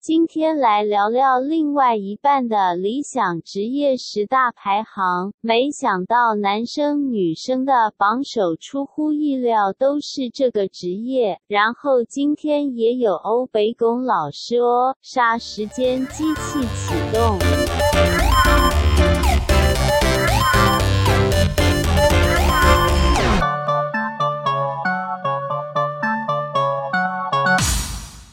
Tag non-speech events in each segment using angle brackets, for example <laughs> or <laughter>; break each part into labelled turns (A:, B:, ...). A: 今天来聊聊另外一半的理想职业十大排行。没想到男生女生的榜首出乎意料都是这个职业。然后今天也有欧北拱老师哦，杀时间机器启动。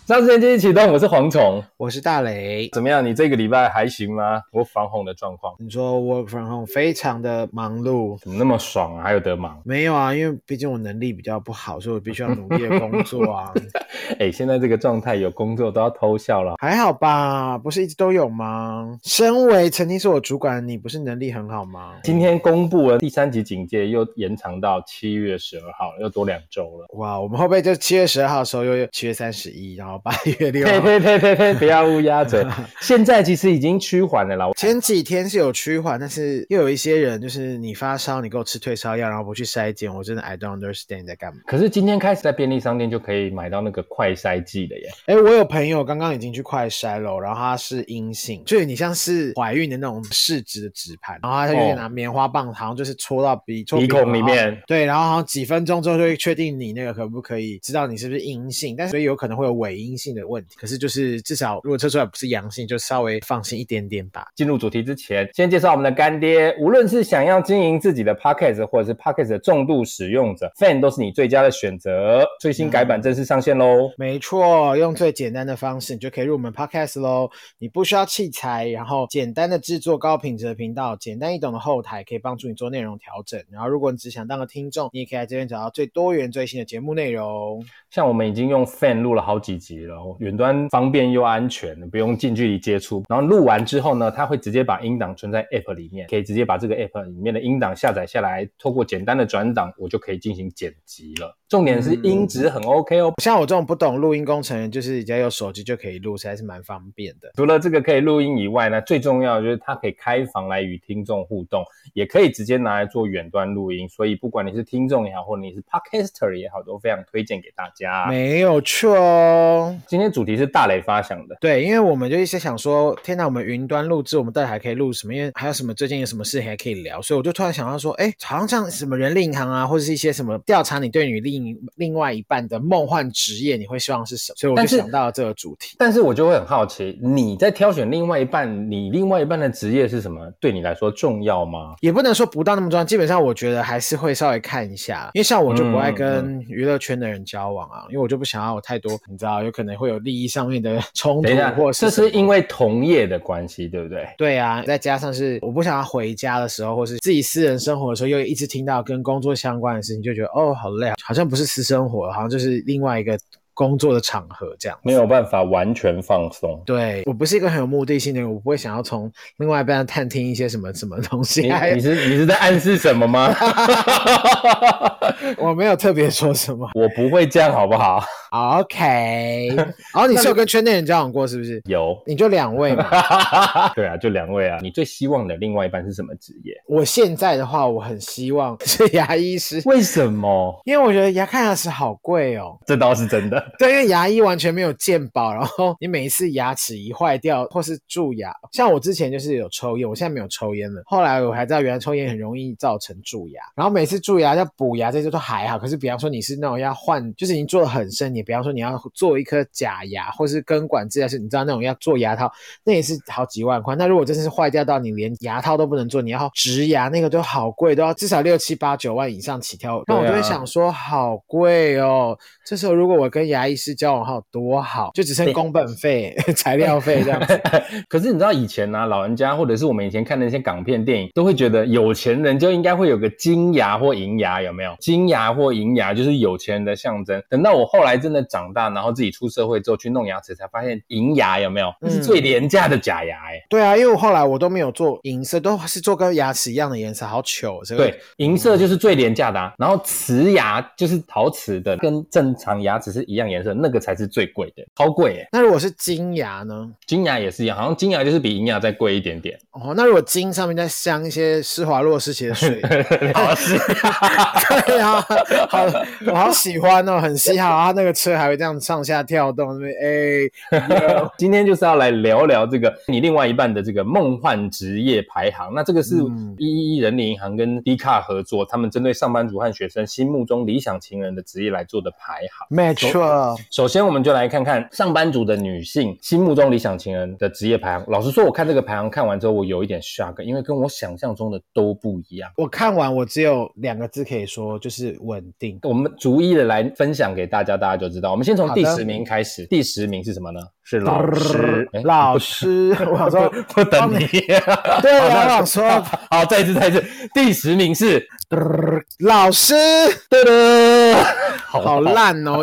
B: 上时间机器启动，我是蝗虫。
C: 我是大雷。
B: 怎么样？你这个礼拜还行吗？我防洪的状况
C: 你说 work from home 非常的忙碌，
B: 怎么那么爽啊？还有得忙？
C: 没有啊，因为毕竟我能力比较不好，所以我必须要努力的工作啊。 <laughs>
B: 哎、现在这个状态，有工作都要偷笑了。
C: 还好吧，不是一直都有吗？身为曾经是我主管的你，不是能力很好吗？
B: 今天公布了第三级警戒，又延长到七月十二号，又多两周了。
C: 哇，我们会不会就七月十二号的时候又有七月三十一，然后八月六
B: 呸
C: 号？
B: 呸呸呸呸！不要乌鸦嘴。现在其实已经趋缓了啦。
C: <laughs> 前几天是有趋缓，但是又有一些人就是你发烧，你给我吃退烧药，然后不去筛检，我真的 I don't understand 你在干嘛。
B: 可是今天开始在便利商店就可以买到那个快筛剂了耶。
C: 哎，我有朋友刚刚已经去快筛了，然后他是阴性，就是你像是怀孕的那种试纸的纸盘，然后他就
B: 哦
C: 拿棉花棒，好像就是戳到鼻戳
B: 鼻
C: 孔
B: 孔里。
C: 然后
B: 面
C: 对，然后好像几分钟之后就会确定你那个可不可以知道你是不是阴性，但是所以有可能会有伪阴性的问题。可是就是至少如果测出来不是阳性，就稍微放心一点点吧。
B: 进入主题之前，先介绍我们的干爹。无论是想要经营自己的 Podcast，或者是 Podcast 的重度使用者，Fan 都是你最佳的选择。最新改版正式上线喽！
C: 没错，用最简单的方式，你就可以入我们 Podcast 喽。你不需要器材，然后简单的制作高品质的频道，简单易懂的后台可以帮助你做内容调整。然后，如果你只想当个听众，你也可以来这边找到最多元、最新的节目内容。
B: 像我们已经用 Fan 录了好几集了，哦远端方便又安全，不用近距离接触。然后录完之后呢，它会直接把音档存在 App 里面，可以直接把这个 App 里面的音档下载下来，透过简单的转档，我就可以进行剪辑了。重点是音质很 OK 哦，
C: 像我这种不懂录音工程的，就是只要有手机就可以录，实在是蛮方便的。
B: 除了这个可以录音以外呢，最重要的就是它可以开房来与听众互动，也可以直接拿来做远端录音。所以不管你是听众也好，或者你是 podcaster 也好，都非常推荐给大家。
C: 没有错哦。
B: 今天主题是大磊发想的，
C: 对，因为我们就一直想说，天哪，我们云端录制，我们到底还可以录什么？因为还有什么最近有什么事情还可以聊，所以我就突然想到说，哎，好像像什么人力银行啊，或者是一些什么调查你对你另另外一半的梦幻职业，你会希望是什么？所以我
B: 但
C: 就是想到了这个主题。
B: 但是我就会很好奇，你在挑选另外一半，你另外一半的职业是什么？对你来说重要吗？
C: 也不能说不到那么重要，基本上我觉得还是会稍微看一下，因为像我就
B: 嗯
C: 不爱跟娱乐圈的人交往啊，因为我就不想要有太多，你知道，有可能会有利益上面的冲突
B: 等一下，
C: 或
B: 这
C: 是什么
B: 是因为同业的关系，对不对？
C: 对啊，再加上是我不想要回家的时候，或是自己私人生活的时候，又一直听到跟工作相关的事情，就觉得哦好累，好像不是私生活，好像就是另外一个工作的场合这样。
B: 没有办法完全放松。
C: 对我不是一个很有目的性的人，我不会想要从另外一半探听一些什么什么东
B: 你
C: <laughs> 西。还有
B: 你是你是在暗示什么吗？
C: 我没有特别说什么。
B: 我不会这样，好不好？
C: OK，然
B: <laughs>
C: 后你是有跟圈内人交往过是不是？
B: 有，
C: 你就两
B: <laughs>
C: 位嘛。
B: 对啊，就两位啊。你最希望的另外一半是什么职业？
C: 我现在的话，我很希望是牙医师，
B: 为什么？
C: 因为我觉得牙看牙齿好贵哦。
B: 这倒是真的。 <laughs>
C: 对，因为牙医完全没有健保，然后你每一次牙齿一坏掉或是蛀牙，像我之前就是有抽烟，我现在没有抽烟了。后来我还知道，原来抽烟很容易造成蛀牙，然后每次蛀牙要补牙这些都还好，可是比方说你是那种要换，就是已经做的很深，你比方说你要做一颗假牙或是根管治疗师，你知道那种要做牙套，那也是好几万块。那如果真的是坏掉到你连牙套都不能做，你要植牙那个都好贵，都要至少六七八九万以上起跳。那我就
B: 对啊
C: 会想说，好贵哦。这时候如果我跟牙医师交往好多好，就只剩工本
B: <laughs>
C: 费、材料费这样子。 <laughs>
B: 可是你知道以前啊，老人家或者是我们以前看的那些港片电影，都会觉得有钱人就应该会有个金牙或银牙，有没有？金牙或银牙就是有钱人的象征。等到我后来真的长大，然后自己出社会之后去弄牙齿，才发现银牙有没有？那是最廉价的假牙哎、
C: 对啊，因为我后来我都没有做银色，都是做跟牙齿一样的颜色，好糗。哦这个
B: 对，银色就是最廉价的、啊，然后瓷牙就是陶瓷的，跟正常牙齿是一样。样颜色，那个才是最贵的，超贵欸耶。
C: 那如果是金牙呢？
B: 金牙也是一样，好像金牙就是比银牙再贵一点点，
C: 哦，那如果金上面再镶一些施华洛世奇的
B: <laughs>
C: 水，
B: 好像是。
C: 对啊，好，我好喜欢哦，很嘻哈，他那个车还会这样上下跳动，那边哎，
B: 今天就是要来聊聊这个你另外一半的这个梦幻职业排行。那这个是
C: 嗯
B: 一一人力银行跟 D 卡合作，他们针对上班族和学生心目中理想情人的职业来做的排行。
C: 没错，
B: 首先，我们就来看看上班族的女性心目中理想情人的职业排行。老实说，我看这个排行看完之后，我有一点 shock，因为跟我想象中的都不一样。
C: 我看完我只有两个字可以说，就是稳定。
B: 我们逐一的来分享给大家，大家就知道。我们先从
C: 好的
B: 第十名开始，第十名是什么呢？是老师，哎诶 <laughs>
C: 老师，我想说，
B: 不等 <laughs> 你，
C: 对
B: 好
C: 啊，
B: 那
C: 我想说，
B: <laughs> 好，再一次，再一次，第十名是，
C: 老师，
B: 噔
C: <laughs>
B: 噔，
C: 好烂哦，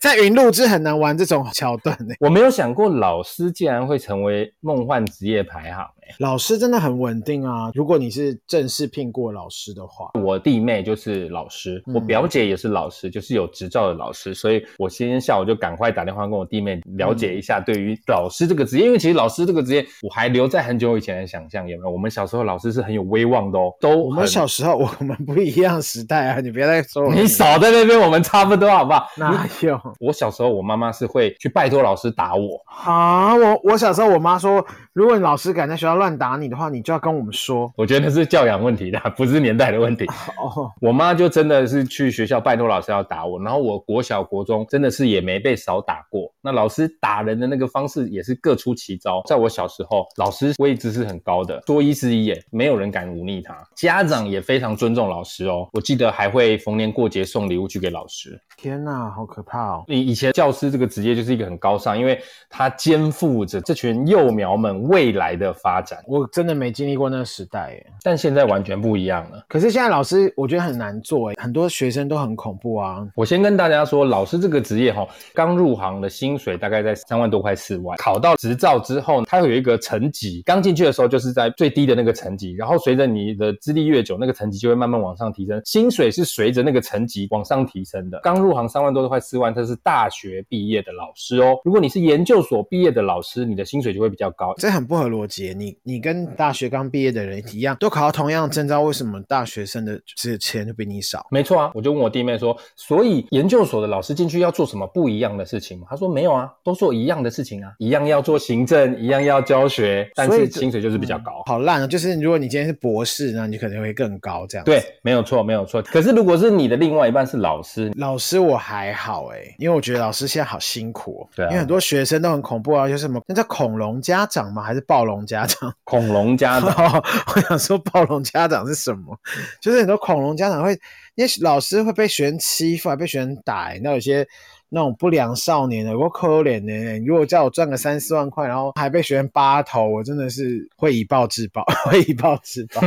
C: 在云录制很难玩这种桥段呢。 <laughs>
B: 我没有想过老师竟然会成为梦幻职业排行、欸。
C: 老师真的很稳定啊，如果你是正式聘过老师的话，
B: 我弟妹就是老师，
C: 嗯
B: 我表姐也是老师，就是有执照的老师，所以我今天下午就赶快打电话跟我弟妹了
C: 嗯
B: 解一下对于老师这个职业，因为其实老师这个职业我还留在很久以前的想象，有没有？我们小时候老师是很有威望的哦，都
C: 我
B: 很
C: 们小时候我们不一样时代啊，你别再说我们
B: 你少在那边，我们差不多好不好？
C: 哪有
B: 我小时候，我妈妈是会去拜托老师打我，
C: 啊？我我小时候我妈说，如果你老师敢在学校乱打你的话，你就要跟我们说
B: 我觉得是教养问题的，不是年代的问题。
C: 哦。
B: 我妈就真的是去学校拜托老师要打我，然后我国小国中真的是也没被少打过。那老师打人的那个方式也是各出奇招。在我小时候，老师位置是很高的，说一是一耶，没有人敢忤逆他。家长也非常尊重老师哦，我记得还会逢年过节送礼物去给老师。
C: 天哪，好可怕哦！
B: 以以前教师这个职业就是一个很高尚，因为他肩负着这群幼苗们未来的发展，
C: 我真的没经历过那个时代耶。
B: 但现在完全不一样了。
C: 可是现在老师我觉得很难做耶，很多学生都很恐怖啊。
B: 我先跟大家说，老师这个职业哈、刚入行的薪水大概在三万多块四万，考到执照之后，它会有一个层级，刚进去的时候就是在最低的那个层级，然后随着你的资历越久，那个层级就会慢慢往上提升，薪水是随着那个层级往上提升的。刚入行三万多块四万，这是大学毕业的老师哦。如果你是研究所毕业的老师，你的薪水就会比较高，
C: 这很不合逻辑耶。你你跟大学刚毕业的人一样，都考到同样的证照，为什么大学生的这钱就比你少？
B: 没错啊，我就问我弟妹说，所以研究所的老师进去要做什么不一样的事情吗？她说没有啊，都做一样的事情啊，一样要做行政，一样要教学，但
C: 所
B: 是
C: 以这
B: 薪水就是比较高。
C: 好烂啊！就是如果你今天是博士，那你可能会更高这样。
B: 对，，没有错，没有错。可是如果是你的另外一半是老师，
C: 老师我还好哎、因为我觉得老师现在好辛苦、哦，
B: 对啊
C: 因为很多学生都很恐怖啊，就是什么那叫恐龙家长吗？还是暴龙家长？
B: 恐龙家
C: <laughs>
B: 长，
C: 我想说暴龙家长是什么？就是很多恐龙家长会，因为老师会被学生欺负，还被学生打、欸，那有些。那种不良少年的，我可怜的、欸。如果叫我赚个三四万块，然后还被学生扒头，我真的是会以暴制暴， <laughs> 会以暴制暴。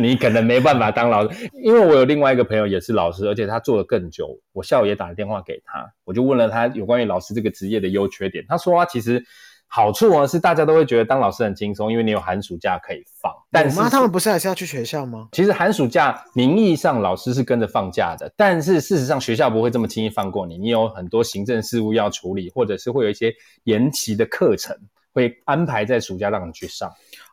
B: 你可能没办法当老师，因为我有另外一个朋友也是老师，而且他做的更久。我下午也打了电话给他，我就问了他有关于老师这个职业的优缺点。他说啊，其实好处呢是大家都会觉得当老师很轻松，因为你有寒暑假可以放。 <laughs> 但是
C: 我妈他们不是还是要去学校吗？
B: 其实寒暑假名义上老师是跟着放假的，但是事实上学校不会这么轻易放过你，你有很多行政事务要处理，或者是会有一些延期的课程会安排在暑假让你去上。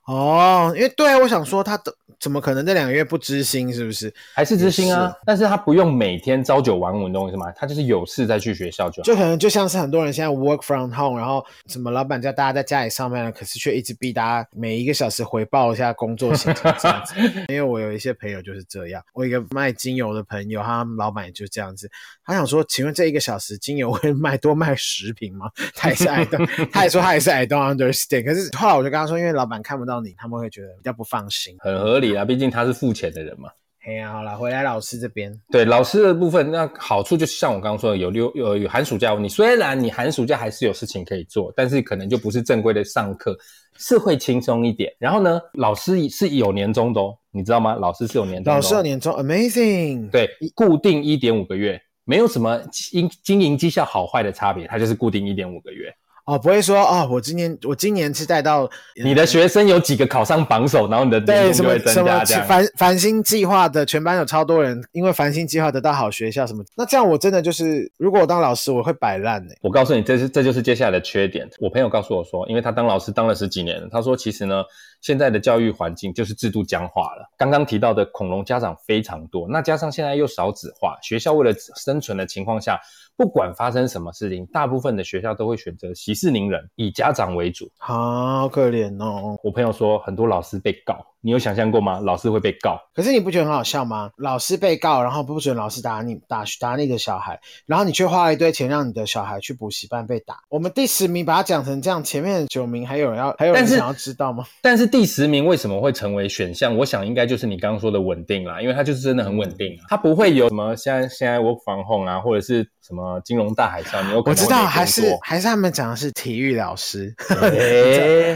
C: 哦，因为对啊，我想说他怎怎么可能这两个月不知心，是不是？
B: 还是知心
C: 也
B: 啊
C: 是，
B: 但是他不用每天朝九晚五，你懂我意思吗？他就是有事再去学校就好。
C: 就可能就像是很多人现在 work from home，然后什么老板叫大家在家里上班了，可是却一直逼大家每一个小时回报一下工作行程
B: <laughs>
C: 这样子。因为我有一些朋友就是这样，我有一个卖精油的朋友，他老板也就这样子。他想说，请问这一个小时精油会卖多卖十瓶吗？他也是 I don't，他也 <laughs> 说他也是 I don't understand。可是后来我就跟他说，因为老板看不到你，他们会觉得比较不放心。
B: 很合理啊，毕竟他是付钱的人嘛。
C: 哎呀、好了，回来老师这边。
B: 对老师的部分，那好处就是像我刚刚说的，有六有有寒暑假，你虽然你寒暑假还是有事情可以做，但是可能就不是正规的上课，是会轻松一点。然后呢，老师是有年终的哦，你知道吗？老师是有年终的哦、
C: 老师的年终 amazing，，
B: 对固定一点五个月，没有什么经经营绩效好坏的差别，它就是固定一点五个月。
C: 哦，不会说哦，我今年我今年是带到呃
B: 你的学生有几个考上榜首，然后你的年
C: 对
B: 龄就
C: 什么
B: 会增
C: 什么
B: 加这样。
C: 繁繁星计划的全班有超多人，因为繁星计划得到好学校什么，那这样我真的就是，如果我当老师，我会摆烂欸呢。
B: 我告诉你，这是这就是接下来的缺点。我朋友告诉我说，因为他当老师当了十几年了，他说其实呢，现在的教育环境就是制度僵化了。刚刚提到的恐龙家长非常多，那加上现在又少子化，学校为了生存的情况下，不管发生什么事情，大部分的学校都会选择息事宁人，以家长为主。
C: 好可怜哦。
B: 我朋友说，很多老师被告，你有想象过吗？老师会被告，
C: 可是你不觉得很好笑吗？老师被告，然后不准老师打你打打你的小孩，然后你却花了一堆钱让你的小孩去补习班被打。我们第十名把它讲成这样，前面的九名还有人要还有人
B: 但是
C: 想要知道吗？
B: 但是第十名为什么会成为选项？我想应该就是你刚刚说的稳定啦，因为它就是真的很稳定啊，它不会有什么现在现在 work from home 啊，或者是什么金融大海啸，你有可能
C: 我知
B: 会没
C: 道，
B: 工
C: 还是
B: 作
C: 还是他们讲的是体育老师。 <laughs>
B: 哎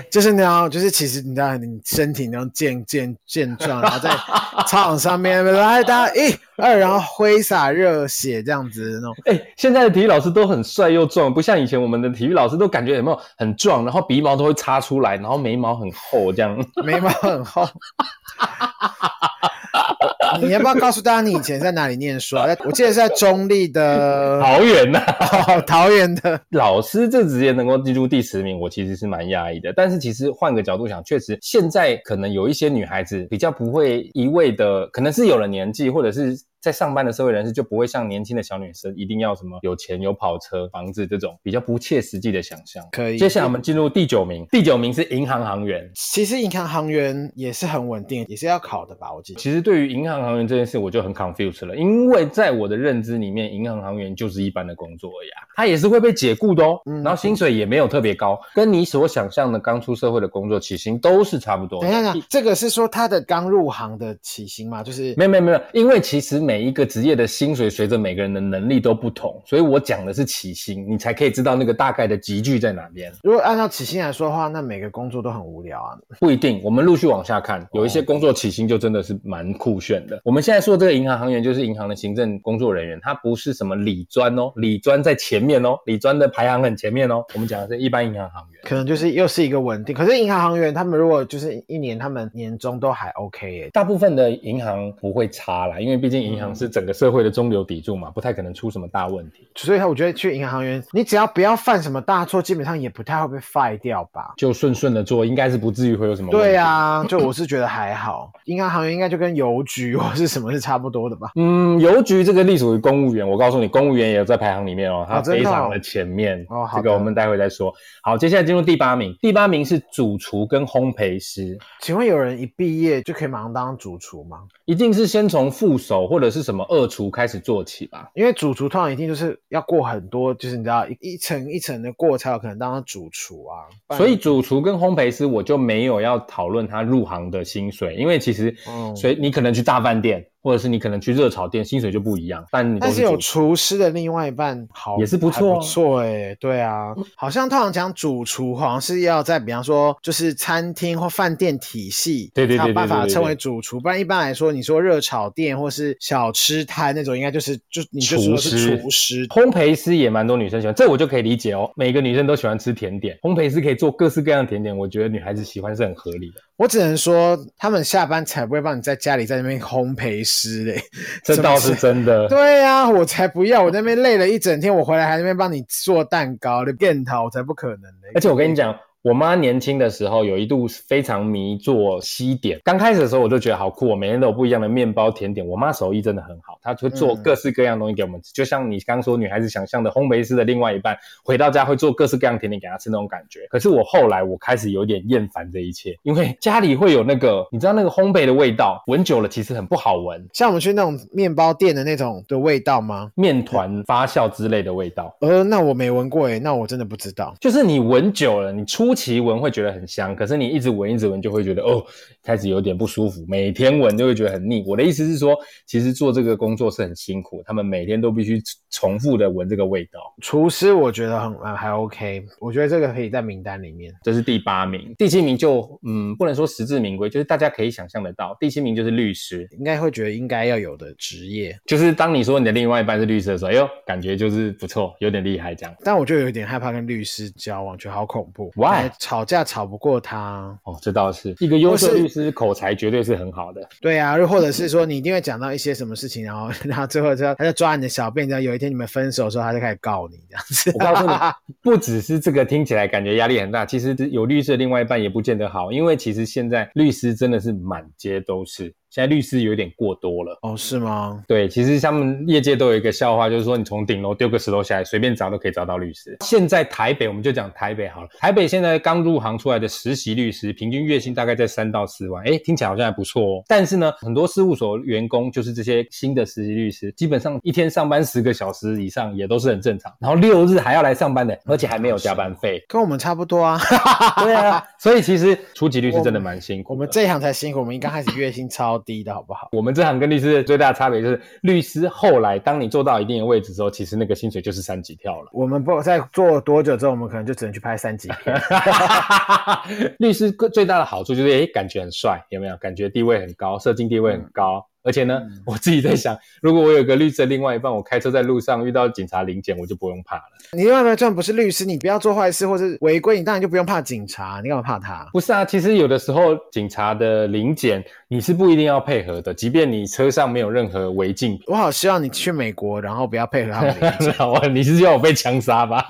C: 就是你知道，就是其实你知道，你身体那种健健健壮，然后在操场上面来大家一二，然后挥洒热血这样子的那种。
B: 哎，现在的体育老师都很帅又壮，不像以前我们的体育老师都感觉有没有很壮，然后鼻毛都会插出来，然后眉毛很厚这样。
C: 眉毛很厚。你要不要告诉大家你以前在哪里念书啊？在我记得是在中立的
B: 好远呐、
C: 哦桃园的，
B: 老师这职业能够进入第十名，我其实是蛮讶异的。但是其实换个角度想，确实现在可能有一些女孩子比较不会一味的，可能是有了年纪，或者是在上班的社会人士，就不会像年轻的小女生一定要什么有钱、有跑车、房子这种比较不切实际的想象。
C: 可以
B: 接下来我们进入第九名，第九名是银行行员。
C: 其实银行行员也是很稳定，也是要考的吧？我记得。
B: 其实对于银行行员这件事，我就很 confused 了，因为在我的认知里面，银行行员就是一般的工作而已、啊，他也是会被解雇的哦，
C: 嗯
B: 然后薪水也没有特别高，跟你所想象的刚出社会的工作起薪都是差不多的。
C: 等一下，等一下，这个是说他的刚入行的起薪嘛？就是
B: 没有没有没有，因为其实每一个职业的薪水随着每个人的能力都不同，所以我讲的是起薪，你才可以知道那个大概的集聚在哪边。
C: 如果按照起薪来说的话，那每个工作都很无聊啊。
B: 不一定，我们陆续往下
C: 哦
B: 看，有一些工作起薪就真的是蛮酷炫的。我们现在说这个银行行员就是银行的行政工作人员，他不是什么理专哦，理专在前面哦，理专的排行很前面哦。我们讲的是一般银行行员。
C: 可能就是又是一个稳定，可是银行行员他们如果就是一年，他们年终都还 OK 耶、
B: 大部分的银行不会差啦，因为毕竟银
C: 嗯
B: 行是整个社会的中流砥柱嘛，不太可能出什么大问题。
C: 所以我觉得去银行行员，你只要不要犯什么大错，基本上也不太会被 fire 掉吧。
B: 就顺顺的做，应该是不至于会有什么问题。
C: 对啊，就我是觉得还好，银行行员应该就跟邮局或是什么是差不多的吧。
B: 嗯，邮局这个隶属于公务员，我告诉你，公务员也有在排行里面哦，它
C: 哦真
B: 非
C: 的哦
B: 常的前面。
C: 哦好
B: 这
C: 的
B: 个我们待会再说。好，接下来进入第八名，第八名是主厨跟烘焙师，
C: 请问有人一毕业就可以马上当主厨吗？
B: 一定是先从副手或者是什么二厨开始做起吧？
C: 因为主厨通常一定就是要过很多，就是你知道一一层一层的过才有可能当到主厨啊。不然
B: 所以主厨跟烘焙师，我就没有要讨论他入行的薪水，因为其实，
C: 嗯
B: 所以你可能去大饭店，或者是你可能去热炒店，薪水就不一样，但你都
C: 但
B: 是
C: 是有
B: 主厨
C: 厨师的另外一半好
B: 也是不错啊
C: 还不错哎、对啊，好像通常讲主厨好像是要在比方说就是餐厅或饭店体系，
B: 对对对
C: 才有办
B: 对对
C: 法
B: 对对
C: 称为主厨，不然一般来说你说热炒店或是小吃摊那种，应该就是就你就说是
B: 厨
C: 厨师。
B: 烘焙师也蛮多女生喜欢，这我就可以理解哦。每个女生都喜欢吃甜点，烘焙师可以做各式各样的甜点，我觉得女孩子喜欢是很合理的。
C: 我只能说他们下班才不会帮你在家里在那边烘焙师
B: <laughs>
C: 嘞，
B: 这倒
C: 怎
B: 是
C: 么
B: 真的。
C: 对呀、我才不要！我在那边累了一整天，我回来还在那边帮你做蛋糕，你变头，我才不可能呢。
B: 而且我跟你讲，我妈年轻的时候有一度非常迷做西点，刚开始的时候我就觉得好酷，我哦每天都有不一样的面包甜点。我妈手艺真的很好，她会做
C: 嗯
B: 各式各样东西给我们吃，就像你刚说女孩子想象的烘焙师的另外一半，回到家会做各式各样甜点给她吃那种感觉。可是我后来我开始有点厌烦这一切，因为家里会有那个你知道那个烘焙的味道，闻久了其实很不好闻，
C: 像我们去那种面包店的那种的味道吗？
B: 面团发酵之类的味道。
C: 欸呃，那我没闻过诶，那我真的不知道。
B: 就是你闻久了，你初初期闻会觉得很香，可是你一直闻一直闻就会觉得哦，开始有点不舒服，每天闻就会觉得很腻。我的意思是说，其实做这个工作是很辛苦，他们每天都必须重复的闻这个味道。
C: 厨师我觉得很蛮还 OK，我觉得这个可以在名单里面。
B: 这是第八名，第七名就嗯，不能说实至名归，就是大家可以想象得到，第七名就是律师。
C: 应该会觉得应该要有的职业，
B: 就是当你说你的另外一半是律师的时候，哎呦，感觉就是不错，有点厉害这样。
C: 但我就有点害怕跟律师交往，觉得好恐怖。
B: Why？
C: 感觉吵架吵不过他。
B: 哦，这倒是一个优秀
C: 或是
B: 律师，口才绝对是很好的。
C: 对啊，又或者是说你一定会讲到一些什么事情，然后 <laughs> 然后最后就他就抓你的小辫，然后有一天你们分手的时候，他就开始告你这样子。
B: 我告诉你，不只是这个听起来感觉压力很大，其实有律师的另外一半也不见得好，因为其实现在律师真的是满街都是，现在律师有点过多了。
C: 哦，是吗？。
B: 对，其实他们业界都有一个笑话，就是说你从顶楼丢个石头下来，随便找都可以找到律师。现在台北，我们就讲台北好了。台北现在刚入行出来的实习律师，平均月薪大概在三到四万，哎，听起来好像还不错哦。但是呢，很多事务所员工就是这些新的实习律师，基本上一天上班十个小时以上也都是很正常，然后六日还要来上班的，而且还没有加班费 <laughs>
C: 跟我们差不多啊。 <laughs>
B: 对啊，所以其实初级律师真的蛮辛苦
C: 我
B: 的
C: 们这一行才辛苦，我们一刚开始月薪超低的好不好？
B: 我们这行跟律师的最大差别就是，律师后来当你做到一定的位置之后，其实那个薪水就是三级跳了。 <laughs>
C: 我们不在做多久之后，我们可能就只能去拍三级
B: <laughs>
C: 片。
B: 律师最大的好处就是，诶，感觉很帅，有没有？感觉地位很高，社经地位很高。而且呢，
C: 嗯
B: 我自己在想，如果我有个律师的另外一半，我开车在路上遇到警察临检，我就不用怕了。
C: 你另外一半虽然不是律师，你不要做坏事或是违规，你当然就不用怕警察，你干嘛怕他？
B: 不是啊，其实有的时候警察的临检你是不一定要配合的，即便你车上没有任何违禁品。 <laughs>
C: 我好希望你去美国，然后不要配合他们的意见，
B: 然后你是要我被枪杀吧？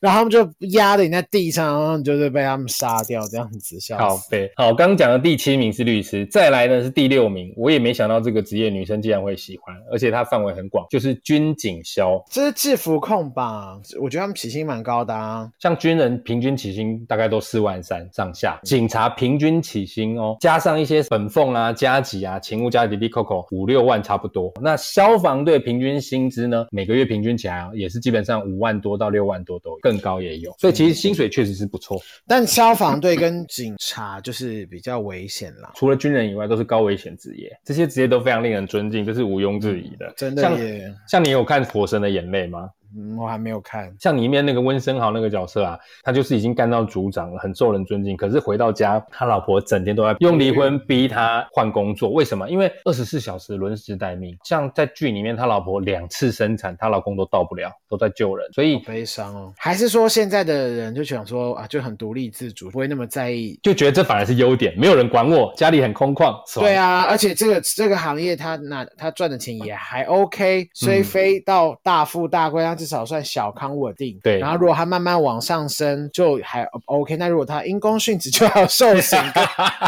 C: 然后他们就压着你在地上，然后你就是被他们杀掉这样子，笑
B: 好
C: 死。
B: 呗，好，刚刚讲的第七名是律师，再来呢是第六名，我也没想到这个职业女生竟然会喜欢，而且它范围很广，就是军警消，
C: 这是制服控吧？我觉得他们起薪蛮高的啊。
B: 像军人平均起薪大概都四万三上下，警察平均起薪哦，加上一些本俸啊、加级啊、勤务加级、滴扣扣五六万差不多。那消防队平均薪资呢，每个月平均起来啊也是基本上五万多到六万多都有，更高也有，所以其实薪水确实是不错。
C: 但消防队跟警察就是比较危险啦，
B: 除了军人以外，都是高危险职业，这些职业都非常令人尊敬，这是毋庸置疑的。
C: 真的
B: 像
C: 耶。
B: 像你有看《火神的眼泪》吗？
C: 嗯，我还没有看。
B: 像里面那个温升豪那个角色啊，他就是已经干到组长了，很受人尊敬。可是回到家，他老婆整天都在用离婚逼他换工作，为什么？因为二十四小时轮时待命。像在剧里面，他老婆两次生产，她老公都到不了，都在救人，所以
C: 悲伤哦，还是说现在的人就想说啊，就很独立自主，不会那么在意。
B: 就觉得这反而是优点，没有人管我，家里很空旷，爽
C: 对，啊，而且这个这个行业他拿他赚的钱也还 OK，虽
B: 嗯
C: 非到大富大贵，他至少算小康稳定。
B: 对
C: 然后如果他慢慢往上升，就还 OK。那如果他因公殉职，就要 <laughs> 受刑。
B: <laughs>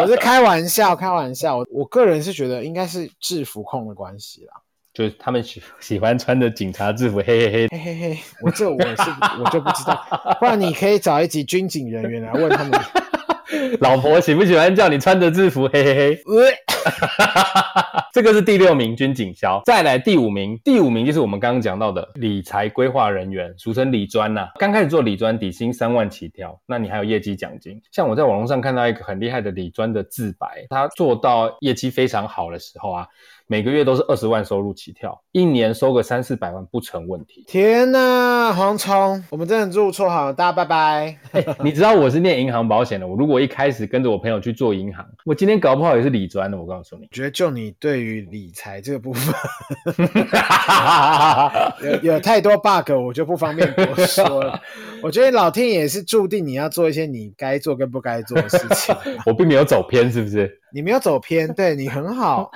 C: 我是开玩笑，开玩笑。我我个人是觉得应该是制服控的关系啦。
B: 就是他们喜喜欢穿着警察制服，嘿嘿嘿。
C: 嘿嘿嘿，我这我是我就不知道，不然你可以找一集军警人员来问
B: <laughs>
C: 他们。
B: 老婆喜不喜欢叫你穿着制服？嘿嘿嘿。
C: 呃
B: <laughs> 这个是第六名军警消，再来第五名，第五名就是我们刚刚讲到的理财规划人员，俗称理专呐、刚开始做理专，底薪三万起跳，那你还有业绩奖金。像我在网络上看到一个很厉害的理专的自白，他做到业绩非常好的时候啊，每个月都是二十万收入起跳，一年收个三四百万不成问
C: <laughs>
B: 题。
C: 天呐，蝗虫，我们真的入错行了，大家拜拜。。
B: 哎你知道我是念银行保险的，我如果一开始跟着我朋友去做银行，我今天搞不好也是理专的，我告诉你 <laughs>
C: 觉得就你对于理财这个部分有有太多 bug，我就不方便多说了。我觉得老天也是注定你要做一些你该做跟不该做的事情，
B: 我并没有走偏，是不是？
C: 你没有走偏，对你很好。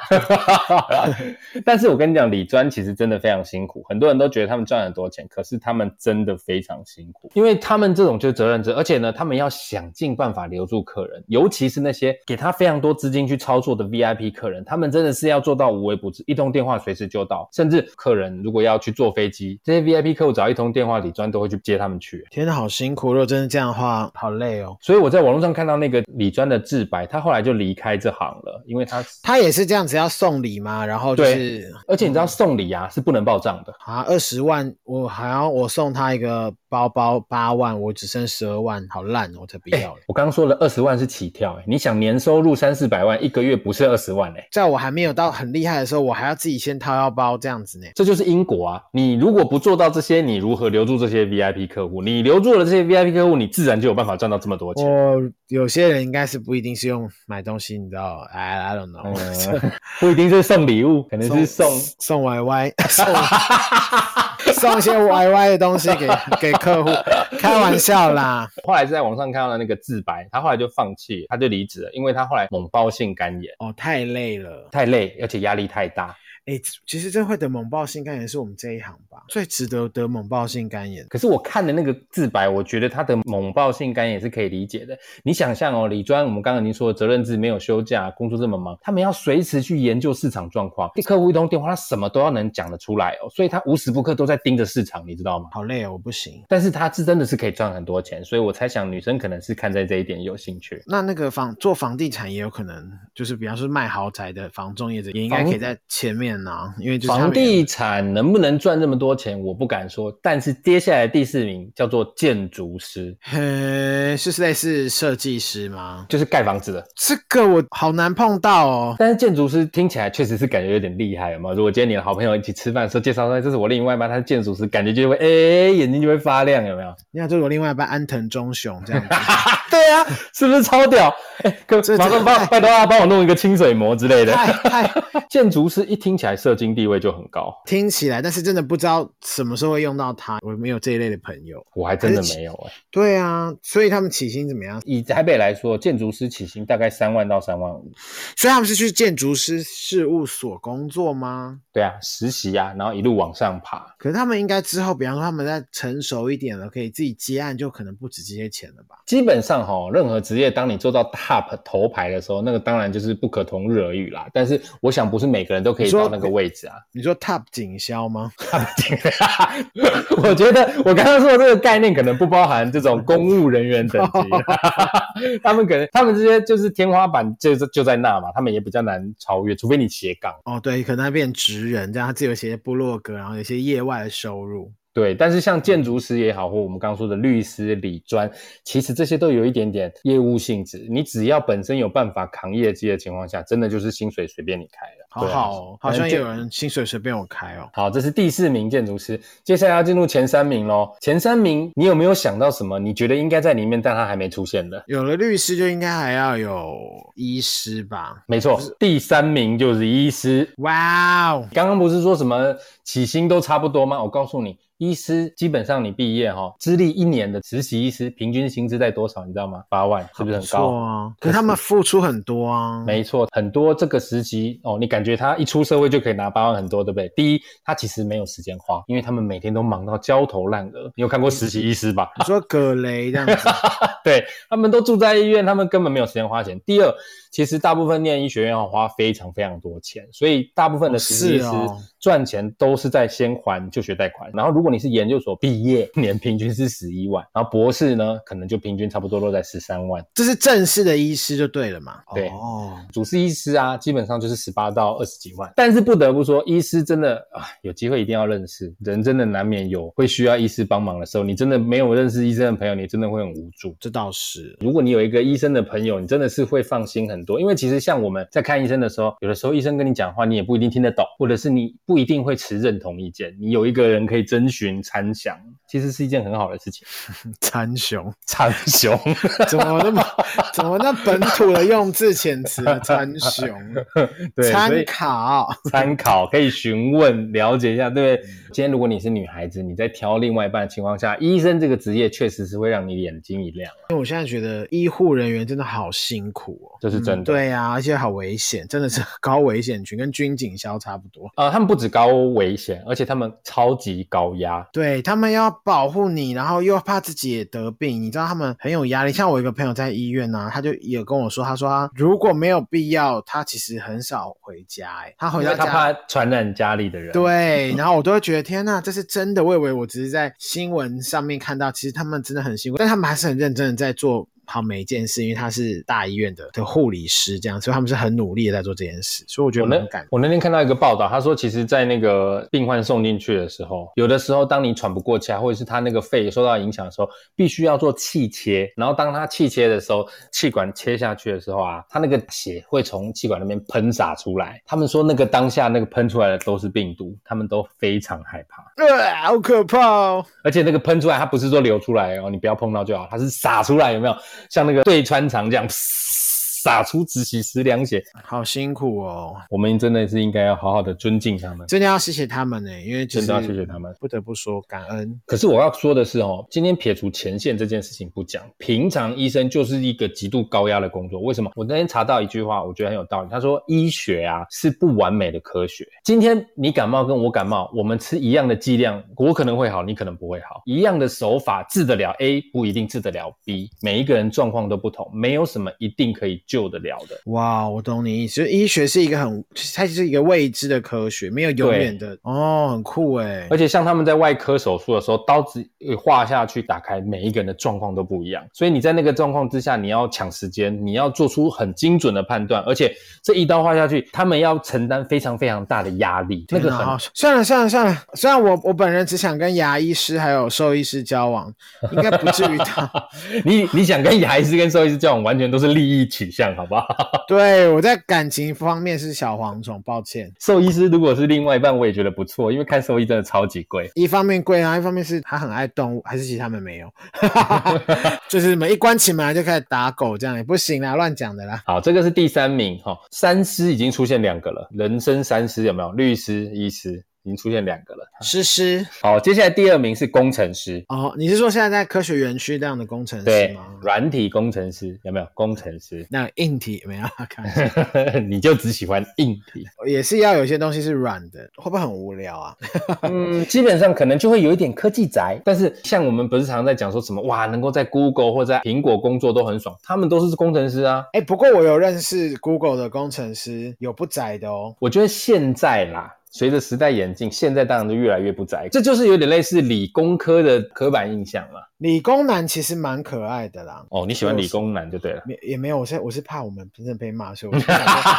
B: <laughs> 但是我跟你讲，理专其实真的非常辛苦，很多人都觉得他们赚很多钱，可是他们真的非常辛苦，因为他们这种就是责任制，而且呢，他们要想尽办法留住客人，尤其是那些给他非常多资金去操作的 VIP 客人，他们真的是要做到无微不至，一通电话随时就到，甚至客人如果要去坐飞机，这些 VIP 客户只要一通电话，理专都会去接他们去。
C: 天呐，好辛苦！如果真的这样的话，好累哦。
B: 所以我在网络上看到那个李专的自白，他后来就离开这行了，因为他
C: 他也是这样子要送礼嘛，然后就是
B: 而且你知道送礼啊是不能报账的，
C: 啊二十万，我好像我送他一个包包八万，我只剩十二万，好烂哦，我才不要
B: <laughs>
C: 了。
B: 哎我刚刚说了二十万是起跳、欸，你想年收入三四百万，一个月不是二十万哎、欸
C: 在我还没有到很厉害的时候，我还要自己先掏腰包这样子呢。
B: 这就是因果啊！你如果不做到这些，你如何留住这些 VIP 客户？你留住了这些 VIP 客户，你自然就有办法赚到这么多钱。
C: 我有些人应该是不一定是用买东西，你知道？I I don't know，、
B: 嗯 <laughs> 不一定是送礼物，可能是送
C: 哦送
B: <laughs>
C: YY，送送一些 YY 的东西
B: <laughs>
C: 给给客户，开玩笑啦。
B: 后来是在网上看到了那个自白，他后来就放弃了，他就离职了，因为他后来猛爆性肝炎，
C: 哦，太累了。
B: 太累，而且压力太大。
C: 哎、其实这会得猛爆性肝炎是我们这一行吧最值得得猛爆性肝炎。
B: 可是我看的那个自白，我觉得他的猛爆性肝炎是可以理解的。你想象哦，李专我们刚刚已经说责任制没有休假，工作这么忙，他们要随时去研究市场状况。给客户一通电话，他什么都要能讲得出来哦，所以他无时不刻都在盯着市场，你知道吗？
C: 好累哦，我不行。
B: 但是他是真的是可以赚很多钱，所以我猜想女生可能是看在这一点有兴趣。
C: 那那个房做房地产也有可能，就是比方说卖豪宅的房仲业者也应该
B: 房
C: 可以在前面呐、因为就是他们
B: 房地产能不能赚这么多钱，我不敢说。但是接下来第四名叫做建筑师，
C: 呃，是类似设计师吗？
B: 就是盖房子的。
C: 这个我好难碰到哦。
B: 但是建筑师听起来确实是感觉有点厉害，有没有？如果今天你的好朋友一起吃饭的时候介绍说这是我另外一半，他是建筑师，感觉就会哎、眼睛就会发亮，有没有？
C: 你看，就我另外一半安藤忠雄这样子， <laughs>
B: 对啊，是不是超屌？哎、哥
C: 这，
B: 麻烦
C: 这
B: 帮拜托他帮我弄一个清水模之类的。
C: 太太
B: 建筑师一听起来社经地位就很高，
C: 听起来，但是真的不知道什么时候会用到它。我没有这一类的朋友。
B: 我还真的没有哎、
C: 对啊，所以他们起薪怎么样？
B: 以台北来说，建筑师起薪大概三万到三万五，
C: 所以他们是去建筑师事务所工作吗？
B: 对啊，实习啊，然后一路往上爬。
C: 可是他们应该之后，比方说他们再成熟一点了，可以自己接案，就可能不止这些钱了吧？
B: 基本上哈、任何职业，当你做到 top 头牌的时候，那个当然就是不可同日而语啦。但是我想，不是每个人都可以
C: 你说
B: 到那个位置啊。 <laughs>
C: 你说 top 警销吗？
B: 我觉得我刚刚说的这个概念，可能不包含这种公务人员等级， <laughs> 他们可能他们这些就是天花板就就在那嘛，他们也比较难超越，除非你斜杠。
C: 哦，对，可能他变职人，这样他自己有些部落格，然后有些业外的收入。
B: 对，但是
C: 嗯
B: 像建筑师也好，或我们刚刚说的律师、理专，其实这些都有一点点业务性质。你只要本身有办法扛业绩的情况下，真的就是薪水随便你开了。
C: 好
B: 对啊
C: 好哦，好像也有。
B: 反正建
C: 人薪水随便我开哦。
B: 好，这是第四名建筑师，接下来要进入前三名喽。前三名，你有没有想到什么？你觉得应该在里面，但他还没出现的？
C: 有了律师就应该还要有医师吧？
B: 没错，第三名就是医师。
C: 哇哦，
B: 刚刚不是说什么起薪都差不多吗？我告诉你，医师基本上你毕业哈、资历一年的实习医师，平均薪资在多少？你知道吗？八万，是不是很
C: 错
B: 高？
C: 啊？可是他们付出很多啊。
B: 没错，很多这个实习哦，你感觉他一出社会就可以拿八万，很多，对不对？第一，他其实没有时间花，因为他们每天都忙到焦头烂额。你有看过实习医师吧？
C: 你说葛雷这
B: <laughs>
C: 样子，
B: 对他们都住在医院，他们根本没有时间花钱。第二，其实大部分念医学院要花非常非常多钱，所以大部分的
C: 哦
B: 实习
C: 是
B: 师
C: 哦
B: 赚钱都是在先还就学贷款。然后如果你是研究所毕业，一年平均是十一万，然后博士呢，可能就平均差不多落在十三万。
C: 这是正式的医师就对了嘛？
B: 对
C: 哦，
B: 主治医师啊，基本上就是十八到二十几万。但是不得不说，医师真的啊，有机会一定要认识。人真的难免有会需要医师帮忙的时候，你真的没有认识医生的朋友，你真的会很无助。
C: 这倒是。
B: 如果你有一个医生的朋友，你真的是会放心很多。因为其实像我们在看医生的时候，有的时候医生跟你讲话，你也不一定听得懂，或者是你不一定会持认同意见。你有一个人可以征询参详，其实是一件很好的事情。 <laughs>
C: 参雄，
B: 参详，
C: 怎么
B: <laughs>
C: 那么怎么那本土的用字遣词啊？参雄，
B: <laughs> 对，所
C: 参
B: 以
C: 考，
B: 参考可以询问了解一下，对不对？今天如果你是女孩子，你在挑另外一半的情况下，医生这个职业确实是会让你眼睛一亮，
C: 因为我现在觉得医护人员真的好辛苦哦。
B: 这是真的。
C: 嗯对啊，而且好危险，真的是高危险群，跟军警消差不多。
B: 呃，他们不止高危险，而且他们超级高压，
C: 对他们要保护你，然后又怕自己也得病，你知道他们很有压力。像我一个朋友在医院呢、啊他就有跟我说，他说他如果没有必要，他其实很少回家、欸，他回
B: 因
C: 到
B: 为
C: 家
B: 他怕传染家里的人。
C: 对，然后我都会觉得天呐，这是真的。我以为我只是在新闻上面看到，其实他们真的很辛苦，但他们还是很认真的在做好每一件事，因为他是大医院的的护理师这样，所以他们是很努力的在做这件事，所以我觉得
B: 我那
C: 蛮感。
B: 我那天看到一个报道，他说，其实，在那个病患送进去的时候，有的时候当你喘不过气啊，或者是他那个肺受到影响的时候，必须要做气切。然后当他气切的时候，气管切下去的时候啊，他那个血会从气管那边喷洒出来。他们说，那个当下那个喷出来的都是病毒，他们都非常害怕。
C: <laughs> 呃，好可怕哦！
B: 而且那个喷出来，它不是说流出来哦，你不要碰到就好，它是洒出来，有没有？像那个对穿肠这样。洒出直洗十两血，
C: 好辛苦哦，
B: 我们真的是应该要好好的尊敬他们。
C: 真的要谢谢他们呢，因为就是
B: 真的要谢谢他们
C: 不得不说感恩。
B: 可是我要说的是哦，今天撇除前线这件事情不讲，平常医生就是一个极度高压的工作。为什么？我那天查到一句话，我觉得很有道理。他说：“医学啊是不完美的科学。今天你感冒跟我感冒，我们吃一样的剂量，我可能会好，你可能不会好。一样的手法治得了 A，不一定治得了 B。每一个人状况都不同，没有什么一定可以救得了的。
C: 哇，我懂你意思，就是医学是一个很，它是一个未知的科学，没有永远的哦，很酷哎
B: 而。且像他们在外科手术的时候，刀子呃划下去打开，每一个人的状况都不一样，所以你在那个状况之下，你要抢时间，你要做出很精准的判断，而且这一刀划下去，他们要承担非常非常大的压力，那个
C: 天哪好
B: 很
C: 算了算了算了，虽然我我本人只想跟牙医师还有兽医师
B: <laughs>
C: 交往，应该不至于到。
B: 你你想跟牙医师跟兽医师交往，完全都是利益取向，好不好？ <laughs>
C: 对我在感情方面是小蝗虫，抱歉。
B: 兽医师如果是另外一半，我也觉得不错，因为看兽医真的超级贵。
C: 一方面贵啊，一方面是他很爱动物，还是其实他们
B: <laughs>
C: 没有，就是门一关起门来就开始打狗，这样也不行啦，乱讲的
B: <laughs>
C: 啦。
B: 好，这个是第三名哈、三师已经出现两个了，人生三师有没有？律师、医师已经出现两个了。
C: 诗诗，
B: 好，接下来第二名是工程师，
C: 哦，你是说现在在科学园区这样的工程师
B: 对
C: 吗，？，
B: 软体工程师有没有？工程师 <laughs>
C: 那硬体没有看 <laughs> 一下，
B: 你就只喜欢硬
C: <laughs>
B: 体，
C: 也是要有些东西是软的，会不会很无聊啊？
B: 嗯，基本上可能就会有一点科技宅。但是像我们不是常在讲说什么哇，能够在 Google 或在苹果工作都很爽，他们都是工程师啊。
C: 哎、不过我有认识 Google 的工程师，有不宅的哦。
B: 我觉得现在啦，随着时代演进，现在当然就越来越不宅，这就是有点类似理工科的刻板印象嘛。
C: 理工男其实蛮可爱的啦，
B: 哦，你喜欢理工男就对了。
C: 没也没有，我是我是怕我们真的被骂，所以我就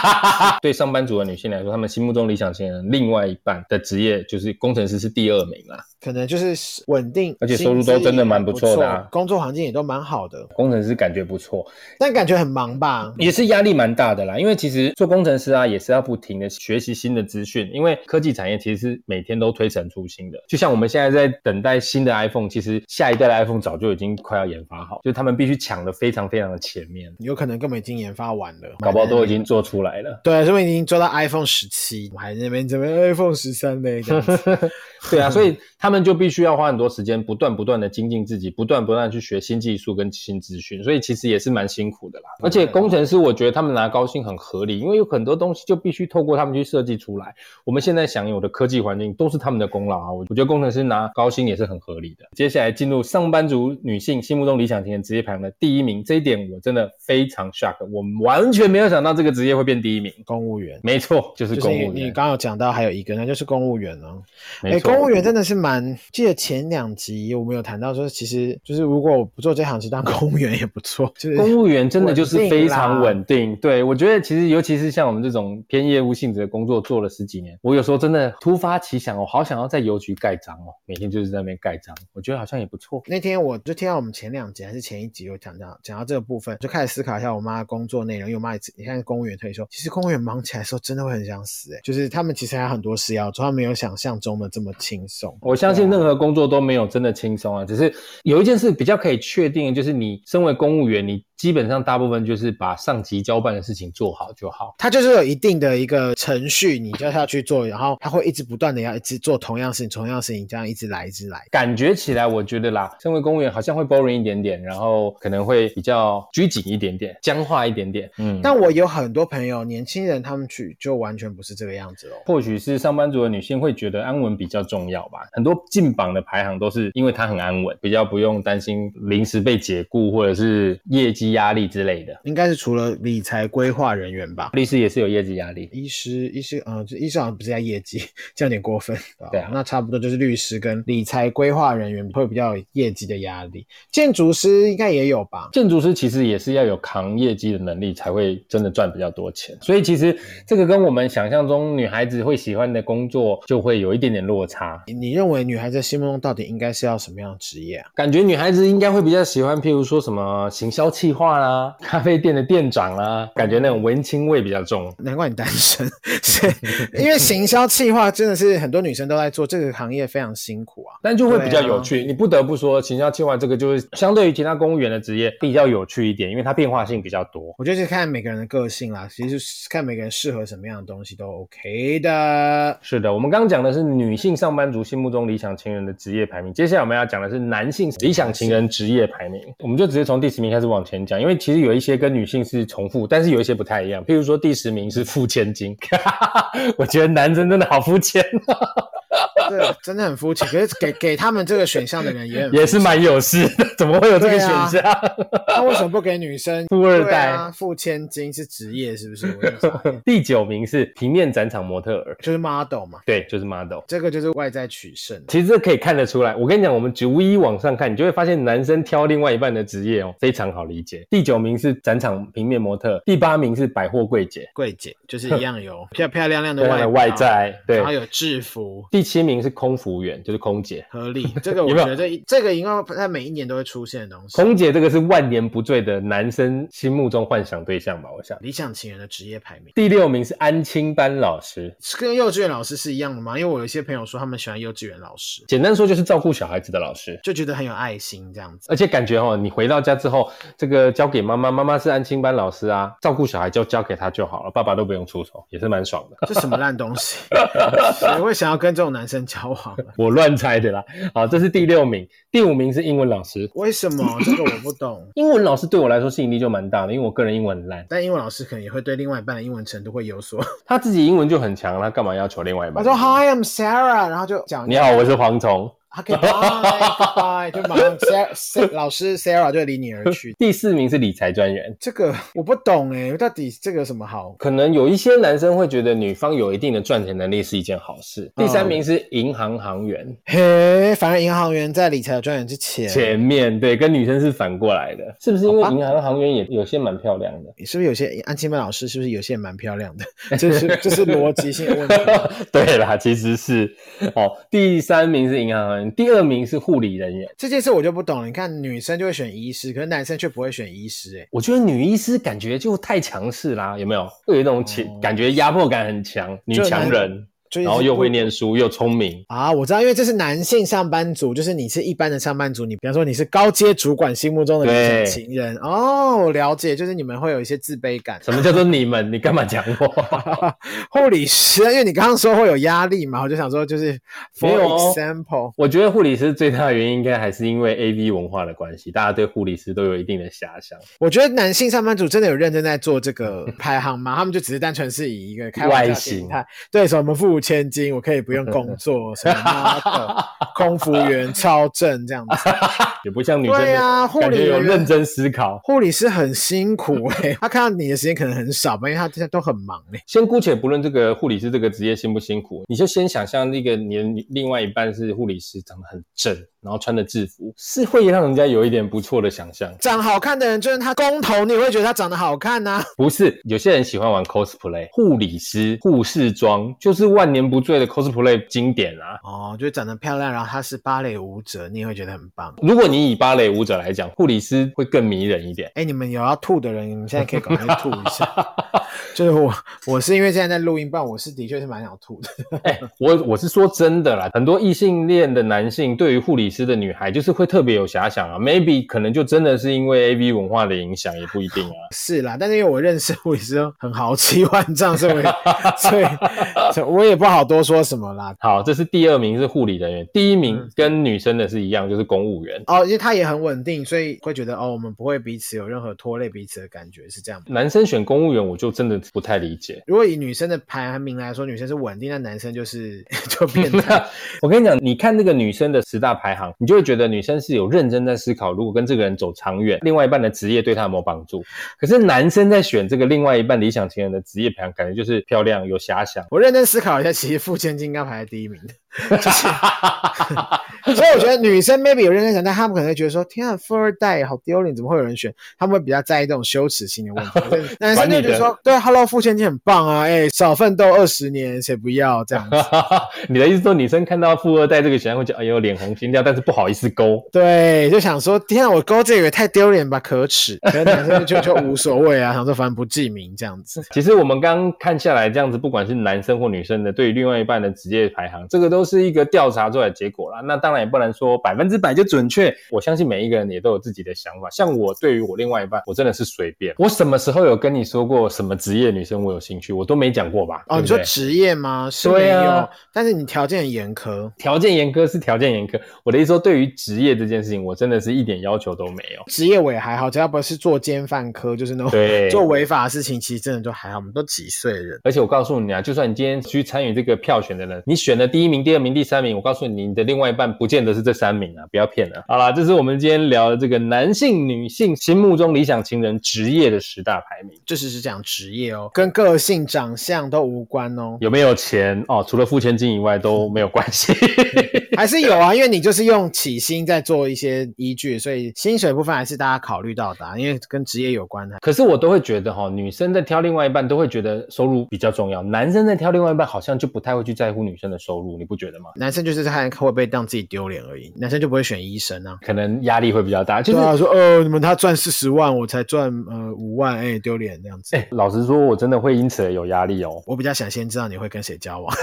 B: <laughs> 对上班族的女性来说，她们心目中理想型的另外一半的职业就是工程师是第二名啦。
C: 可能就是稳定，
B: 而且收入都真的蛮不错的啊
C: 工作环境也都蛮好的，
B: 工程师感觉不错，
C: 但感觉很忙吧？
B: 也是压力蛮大的啦。因为其实做工程师啊，也是要不停的学习新的资讯，因为科技产业其实是每天都推陈出新的。就像我们现在在等待新的 iPhone，其实下一代的 iPhone 早就已经快要研发好，就是他们必须抢的非常非常的前面，
C: 有可能根本已经研发完了，
B: 搞不好都已经做出来了。
C: 对，啊说不定已经做到 iPhone 十七，我还在那边怎么 iPhone 十三嘞？这样子
B: <laughs>
C: <laughs>
B: 对啊，所以他们就必须要花很多时间，不断不断的精进自己，不断不断的去学新技术跟新资讯，所以其实也是蛮辛苦的啦。而且
C: 啊
B: 工程师，我觉得他们拿高薪很合理，因为有很多东西就必须透过他们去设计出来。我们现在享有的科技环境都是他们的功劳啊，我我觉得工程师拿高薪也是很合理的。接下来进入上班族女性心目中理想型的职业排行的第一名，这一点我真的非常 shock，我完全没有想到这个职业会变第一名。
C: 公务员。
B: 没错，就是
C: 就是
B: 公
C: 你
B: 务
C: 你
B: 员。
C: 刚刚有讲到还有一个，那就是公务员哦。
B: 没错
C: 公务员真的是蛮……记得前两集我们有谈到说，其实就是如果我不做这行，其实当公务员也不错。就是
B: 公务员真的就是非常
C: 稳定啦
B: 稳定，对我觉得其实尤其是像我们这种偏业务性质的工作，做了十几年，我有时候真的突发奇想，我好想要在邮局盖章哦，每天就是在那边盖章，我觉得好像也不错。
C: 那天我就听到我们前两集还是前一集有讲到讲到这个部分，就开始思考一下我妈的工作内容。因为我妈也你看公务员退休，其实公务员忙起来的时候真的会很想死、欸，就是他们其实还有很多事要做，他们没有想象中的这么轻松。
B: 我相信任何工作都没有真的轻松啊，只是有一件事比较可以确定，就是你身为公务员，你基本上大部分就是把上级交办的事情做好就好。
C: 它就是有一定的一个程序，你就要去做，然后它会一直不断的要一直做同样事情，同样事情这样一直来，一直来。
B: 感觉起来，我觉得啦，身为公务员好像会 boring 一点点，然后可能会比较拘谨一点点，僵化一点点。嗯，
C: 但我有很多朋友，年轻人他们去就完全不是这个样子哦。
B: 或许是上班族的女性会觉得安稳比较重要吧。很多进榜的排行都是因为她很安稳，比较不用担心临时被解雇或者是业绩绩压力之类的？
C: 应该是除了理财规划人员吧。
B: 律师也是有业绩压力。
C: 医师，医师，嗯、这医师好像不是在业绩，这样有点过分。
B: 对啊
C: 那差不多就是律师跟理财规划人员会比较有业绩的压力，建筑师应该也有吧？
B: 建筑师其实也是要有扛业绩的能力，才会真的赚比较多钱。所以其实这个跟我们想象中女孩子会喜欢的工作就会有一点点落差。
C: 你你认为女孩子心目中到底应该是要什么样的职业啊？
B: 感觉女孩子应该会比较喜欢，譬如说什么行销企划啦、咖啡店的店长啦，感觉那种文青味比较重。
C: 难怪你单身，是因为行销企划真的是很多女生都在做，这个行业非常辛苦啊。
B: 但就会比较有趣，你不得不说，行销企划这个就是相对于其他公务员的职业比较有趣一点，因为它变化性比较多。
C: 我觉得是看每个人的个性啦，其实是看每个人适合什么样的东西都 OK 的。
B: 是的，我们刚刚讲的是女性上班族心目中理想情人的职业排名，接下来我们要讲的是男性理想情人职业排名。我们就直接从第十名开始往前讲，因为其实有一些跟女性是重复，但是有一些不太一样。譬如说第十名是付千金， <laughs> 我觉得男生真的好肤浅，
C: 对，真的很肤浅。可是给给他们这个选项的人也很
B: 也是蛮有事的，怎么会有这个
C: 对
B: 选
C: 啊
B: 项？
C: 那为什么不给女生？
B: 富二
C: 对
B: 代
C: 啊，付千金是职业是不是？我就傻眼
B: 第九名是平面展场模特儿，
C: 就是 model 嘛，
B: 对，就是 model。
C: 这个就是外在取胜。
B: 其实这可以看得出来，我跟你讲，我们逐一往上看，你就会发现男生挑另外一半的职业哦，非常好理解。第九名是展场平面模特，第八名是百货柜姐，
C: 柜姐就是一
B: <laughs>
C: 样有漂漂亮亮的
B: 对她
C: 外
B: 的
C: 表
B: 外，在，对
C: 然后。有制服。
B: 第七名是空服员，就是空姐。
C: 合
B: <laughs>
C: 理，这个我
B: 有没有
C: 觉得这个应该在每一年都会出现的东西。
B: 空姐这个是万年不醉的男生心目中幻想对象吧，我想。
C: 理想情人的职业排名
B: 第六名是安亲班老师，
C: 是跟幼稚园老师是一样的吗？因为我有一些朋友说他们喜欢幼稚园老师，
B: 简单说就是照顾小孩子的老师。
C: 就觉得很有爱心这样子。
B: 而且感觉哦，你回到家之后，这个交给妈妈，妈妈是安亲班老师啊，照顾小孩就交给她就好了，爸爸都不用出手，也是蛮爽的。
C: 这什么烂东西？ <laughs> 谁会想要跟这种男生交往啊？
B: 我乱猜的啦。好，这是第六名，第五名是英文老师。
C: 为什么？这个我不懂。
B: 英文老师对我来说吸引力就蛮大的，因为我个人英文很烂，
C: 但英文老师可能也会对另外一半的英文程度会有 <laughs> 所。
B: 他自己英文就很强，他干嘛要求另外一
C: 我
B: 半？
C: 说 Hi, I'm Sarah，然后就讲
B: 你好，我是蝗虫。
C: o k bye, goodbye，就马上 Sarah, Sa- 老师 Sarah 就离你而去。
B: 第四名是理财专员。
C: 这个我不懂哎、到底这个有什么好？
B: 可能有一些男生会觉得女方有一定的赚钱能力是一件好事。第三名是银行行员，
C: 嗯嘿，反正银行员在理财专员之前，
B: 前面对跟女生是反过来的，是不是？因为
C: 好吧
B: 银行行员也有些蛮漂亮的，
C: 是不是有些安亲班老师是不是有些也蛮漂亮的？这是这是逻辑性的问题。
B: <laughs> 对啦，其实是哦。第三名是银行行员，第二名是护理人员。
C: 这件事我就不懂了。你看，女生就会选医师，可是男生却不会选医师、哎，
B: 我觉得女医师感觉就太强势啦，有没有？会有一种情、
C: 哦
B: 感觉压迫感很强，女强人，
C: 就是
B: 然后又会
C: 不
B: 念书又聪明。
C: 啊，我知道，因为这是男性上班族，就是你是一般的上班族，你比方说你是高阶主管心目中的
B: 对
C: 理想情人哦，我了解，就是你们会有一些自卑感。
B: 什么叫做你们？ <laughs> 你干嘛讲我？ <laughs>
C: 护理师，因为你刚刚说会有压力嘛，我就想说就是
B: 没
C: for
B: 有哦
C: example，
B: 我觉得护理师最大的原因应该还是因为 A V 文化的关系，大家对护理师都有一定的遐想，
C: 我觉得男性上班族真的有认真在做这
B: <laughs>
C: 个排行吗？他们就只是单纯是以一个开玩笑
B: 外
C: 的
B: 形
C: 心态，对什么付千金，我可以不用工作，什么 model、空服员、超正这样子。
B: 也不 <laughs> 像女生
C: 对啊
B: 的
C: 护
B: 感
C: 理
B: 觉
C: 人
B: 有
C: 员
B: 认真思考。
C: 护理师很辛苦哎、 <laughs> 他看到你的时间可能很少吧，因为他现在都很忙哎、
B: 先姑且不论这个护理师这个职业辛不辛苦，你就先想象那个你的另外一半是护理师，长得很正，然后穿的制服，是会让人家有一点不错的想象。
C: 长好看的人，就是他公头，你也会觉得他长得好看啊呐、
B: 不是，有些人喜欢玩 cosplay，护理师、护士装就是万年不醉的 cosplay 经典啊。
C: 哦，就是长得漂亮，然后他是芭蕾舞者，你也会觉得很棒。
B: 如果你以芭蕾舞者来讲，护理师会更迷人一
C: <laughs>
B: 点。
C: 哎，你们有要吐的人，你们现在可以赶快吐一下。 <laughs> 就是我，我是因为现在在录音，不然我是的确是蛮想吐的。 <laughs>
B: 哎、我我是说真的啦，很多异性恋的男性对于护理师的女孩就是会特别有遐想啊，maybe 可能就真的是因为 A V 文化的影响，也不一定啊。
C: 是啦，但是因为我认识护理师都很豪气万丈，所以我也所以所以我也不好多说什么啦。
B: 好，这是第二名是护理人员，第一名跟女生的是一样，就是公务员。
C: 哦，因为它也很稳定，所以会觉得哦，我们不会彼此有任何拖累彼此的感觉，是这样吗？
B: 男生选公务员，我就真的不太理解。
C: 如果以女生的排名来说，女生是稳定，那男生就是 <laughs>
B: <laughs>
C: 就变态。
B: 我跟你讲，你看那个女生的十大排行，你就会觉得女生是有认真在思考，如果跟这个人走长远，另外一半的职业对她有没有帮助。可是男生在选这个另外一半理想情人的职业排行，感觉就是漂亮、有遐想。 <laughs>
C: 我认真思考一下，其实富坚金刚排在第一名 <laughs> 的，所以我觉得女生 maybe 有认真想，但她们可能会觉得说，天啊，富二代好丢脸，怎么会有人选？他们会比较在意这种羞耻心的问题。
B: <laughs>
C: 可是男生就觉得说，对，Hello，富啊坚金很棒啊，哎、少奋斗二十年，谁不要
B: <laughs>
C: 这样子？
B: 你的意思说，女生看到富二代这个选项会觉得哎呦脸红心跳，但是不好意思勾。
C: 对，就想说，天啊，我勾这个也太丢脸吧，可耻。可能男生就就无所谓啊，想 <laughs> 说反正不记名这样子。
B: 其实我们刚刚看下来，这样子不管是男生或女生的，对于另外一半的职业排行，这个都是一个调查出来的结果啦。那当然也不能说百分之百就准确。我相信每一个人也都有自己的想法。像我对于我另外一半，我真的是随便。我什么时候有跟你说过什么职业女生我有兴趣？我都没讲过吧？
C: 哦，
B: 对不
C: 你说
B: 对
C: 职业吗？是
B: 对
C: 没有，
B: 啊
C: 但是你条件很严苛。
B: 条件严苛是条件严苛。我的意思说，对于职业这件事情，我真的是一点要求都没
C: <laughs>
B: 有。
C: 职业我也还好，只要不是做奸犯科，就是那种
B: 对，
C: <laughs> 做违法的事情，其实真的都还好。我们都几岁人，
B: 而且我告诉你啊，就算你今天去参与这个票选的人，你选了第一名、第二名、第三名，我告诉你，你的另外一半不见得是这三名啊，不要骗了。好啦，这是我们今天聊的这个男性、女性心目中理想情人职业的十大排名，
C: 就只是讲职业哦，跟个性、长相都无关
B: <laughs>
C: 哦，
B: 有没有钱哦？除了付千金以外都没有关系。
C: 还是有啊，因为你就是用起薪在做一些依据，所以薪水部分还是大家考虑到的啊、因为跟职业有关啊的。
B: 可是我都会觉得哈、女生在挑另外一半都会觉得收入比较重要，男生在挑另外一半好像就不太会去在乎女生的收入，你不觉得吗？
C: 男生就是看会不会让自己丢脸而已，男生就不会选医生啊。
B: 可能压力会比较大，就
C: 对
B: 是
C: 啊，说哦，你们他赚四十万，我才赚呃五万，哎、丢脸这样子。
B: 老实说，我真的会因此而有压力哦。
C: 我比较想先知道你会跟谁交往。